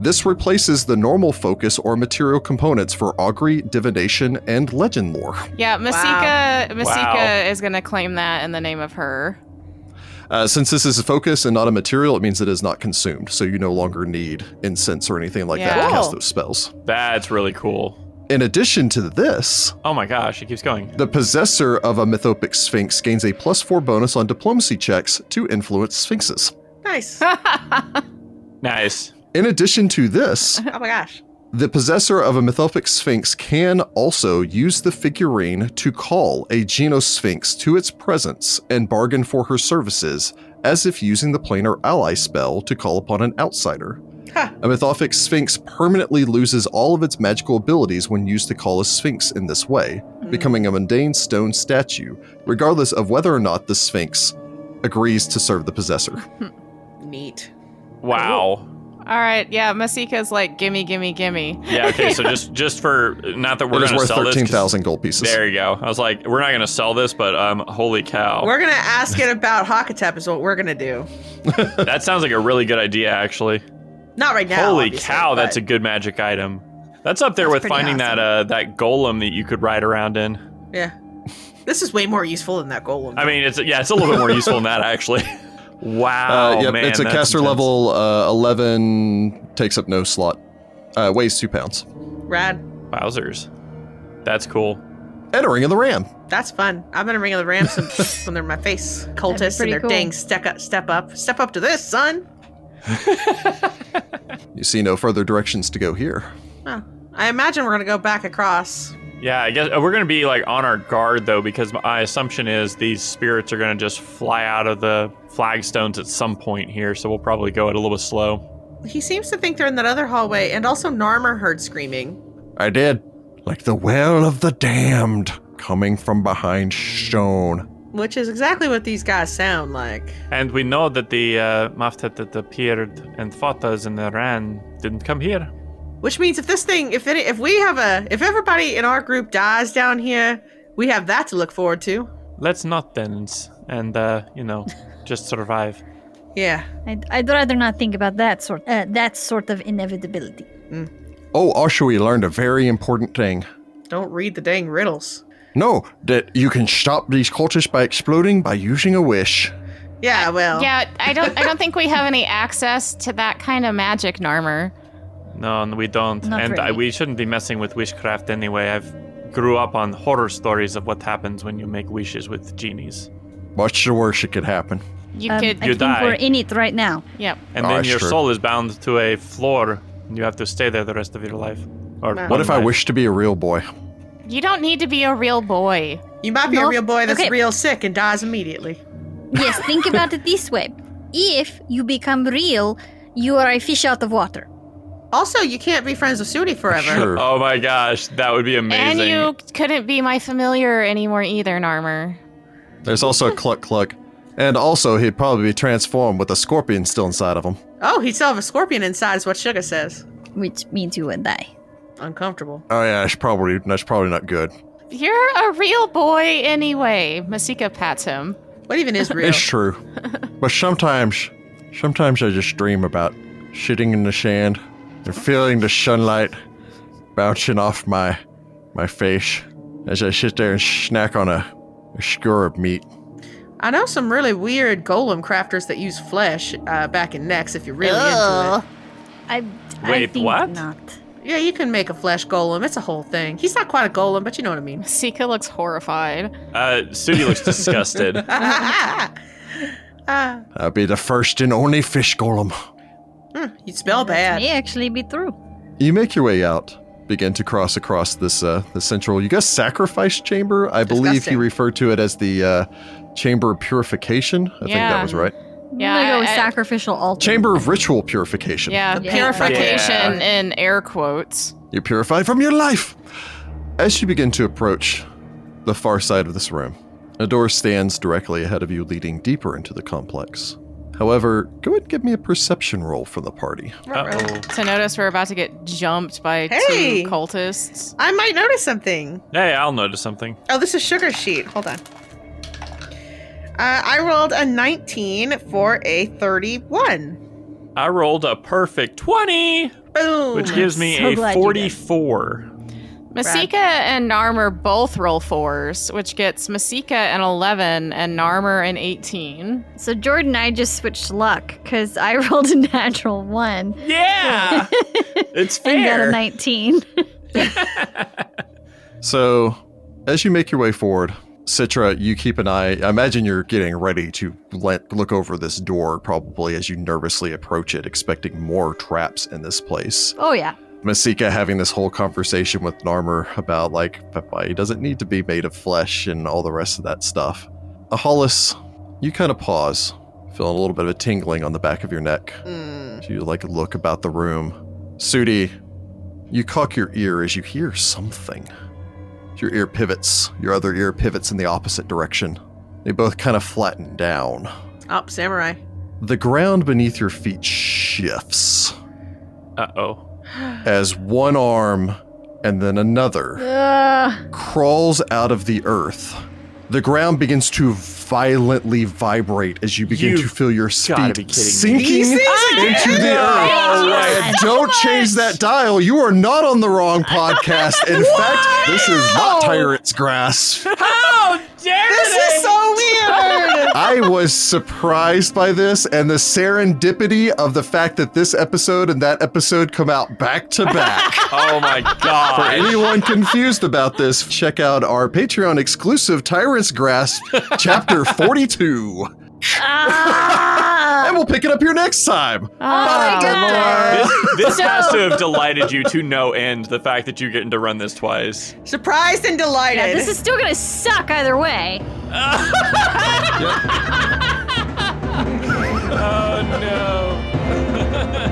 This replaces the normal focus or material components for augury, divination, and legend lore. Yeah, Masika Masika Wow. is gonna claim that in the name of her. Uh, since this is a focus and not a material, it means it is not consumed, so you no longer need incense or anything like that Yeah. to cast Cool. those spells. That's really cool. In addition to this, Oh my gosh, it keeps going. the possessor of a mythopic sphinx gains a plus four bonus on diplomacy checks to influence sphinxes. Nice. oh That's Nice. In addition to this, my gosh. The possessor of a mythopic sphinx can also use the figurine to call a genosphinx to its presence and bargain for her services, as if using the planar ally spell to call upon an outsider. Huh. A mythopic sphinx permanently loses all of its magical abilities when used to call a sphinx in this way, becoming a mundane stone statue, regardless of whether or not the sphinx agrees to serve the possessor. Neat. Wow. All right, yeah, Masika's like gimme, gimme, gimme. Yeah. Okay. So just just for not that we're it is gonna worth sell this, 'cause- 13,000 gold pieces. There you go. I was like, we're not gonna sell this, but um, holy cow, We're gonna ask it about Hakatep is what we're gonna do. that sounds like a really good idea, actually. Not right now. holy obviously, cow, that's a but- good magic item. That's up there That's with pretty finding that uh that golem that you could ride around in. yeah. This is way more useful than that golem. I mean, it's yeah, it's a little bit more useful than that actually. Wow. Uh, yep, man, it's a that's caster intense. level uh, 11, takes up no slot, uh, weighs two pounds. rad. Wowzers. That's cool. Entering in the ram. That's fun. I'm gonna ring of the ram some when they're in my face. Cultists and pretty their cool. dang step up, step up, step up to this, son. You see no further directions to go here. Oh, I imagine we're gonna go back across. Yeah, I guess uh, we're gonna be like on our guard though, because my assumption is these spirits are gonna just fly out of the flagstones at some point here, so we'll probably go at a little bit slow. He seems to think they're in that other hallway, and also Narmer heard screaming. I did. Like the well of the damned coming from behind stone. Which is exactly what these guys sound like. And we know that the uh, Maftet that appeared and fought us in the Ran didn't come here. Which means if this thing, if any, if we have a, if everybody in our group dies down here, we have that to look forward to. Let's not dance and uh, you know, just survive. Yeah. I'd, I'd rather not think about that sort uh, that sort of inevitability. Oh, Oshui learned a very important thing. Don't read the dang riddles. No, that you can stop these cultists by exploding by using a wish. Yeah. Well. Yeah, I don't I don't think we have any access to that kind of magic, Narmer. No, and we don't. Not and I, really. we shouldn't be messing with witchcraft anyway. I've grew up on horror stories of what happens when you make wishes with genies. What's the worst that could happen? You Um, could I you think die. we're in it right now. Yep. And Ah, then that's your true. soul is bound to a floor, and you have to stay there the rest of your life. Or Wow. What one if I life. wish to be a real boy? You don't need to be a real boy. You might be a No. real boy that's Okay. real sick and dies immediately. Yes, think about it this way. If you become real, you are a fish out of water. Also, you can't be friends with Sudi forever. Sure. Oh my gosh, that would be amazing. And you couldn't be my familiar anymore either, Narmer. There's also a cluck cluck. And also, he'd probably be transformed with a scorpion still inside of him. Oh, he still have a scorpion inside, is what Sugar says. Which means you would die. Uncomfortable. Oh yeah, that's probably that's probably not good. You're a real boy anyway. Masika pats him. What even is real? It's true. but sometimes, sometimes I just dream about sitting in the sand and feeling the sunlight bouncing off my my face as I sit there and snack on a, a skewer of meat. I know some really weird golem crafters that use flesh uh, back and necks if you're really into I, I Wait, think what? Not. it. Yeah, you can make a flesh golem. It's a whole thing. He's not quite a golem, but you know what I mean. Masika looks horrified. Uh, Sudi looks disgusted. Uh, Ah, I'll be the first and only fish golem. hmm, you'd smell That bad. may actually be true. You make your way out begin to cross across this uh, the central. You guys sacrifice chamber. I believe he Disgusting. referred to it as the uh, chamber of purification. I think that Yeah. was right. Yeah, Yeah, i go with I- sacrificial altar. Chamber of ritual purification. Yeah, Yeah. purification Yeah. in air quotes. You're purified from your life. As you begin to approach the far side of this room, a door stands directly ahead of you, leading deeper into the complex. However, go ahead and give me a perception roll from the party. Uh-oh. So notice we're about to get jumped by Hey! two cultists. I might notice something. Hey, I'll notice something. Oh, this is sugar sheet. Hold on. Uh, I rolled a 19 for a 31. I rolled a perfect 20, Boom. which gives me so glad a you did. 44. Masika and Narmer both roll fours, which gets Masika an 11 and Narmer an 18. So Jordan and I just switched luck because I rolled a natural one Yeah! it's and got a fair. 19. So, as you make your way forward, Citra, you keep an eye. I imagine you're getting ready to let, look over this door probably as you nervously approach it, expecting more traps in this place. Oh, yeah. Masika having this whole conversation with Narmer about like why he doesn't need to be made of flesh and all the rest of that stuff. Hollis, you kind of pause, feeling a little bit of a tingling on the back of your neck. Mm. So you like look about the room. Sudi, you cock your ear as you hear something. Your ear pivots, your other ear pivots in the opposite direction. They both kind of flatten down. Oh, samurai. The ground beneath your feet shifts Uh oh. as one arm and then another Ugh. crawls out of the earth. The ground begins to violently vibrate as you begin to You've feel your gotta feet be kidding me. sinking These into the earth. Yes. Don't change that dial. You are not on the wrong podcast. In fact, this is not Tyrant's Grass. How dare This is so weird. I was surprised by this and the serendipity of the fact that this episode and that episode come out back to back. Oh my For god. anyone confused about this, check out our Patreon exclusive Tyrant's Grass, chapter 42. Ah. And we'll pick it up here next time. Oh, my God. This, this has to have delighted you to no end, the fact that you're getting to run this twice. Surprised and delighted. Yeah, this is still going to suck either way. Oh no.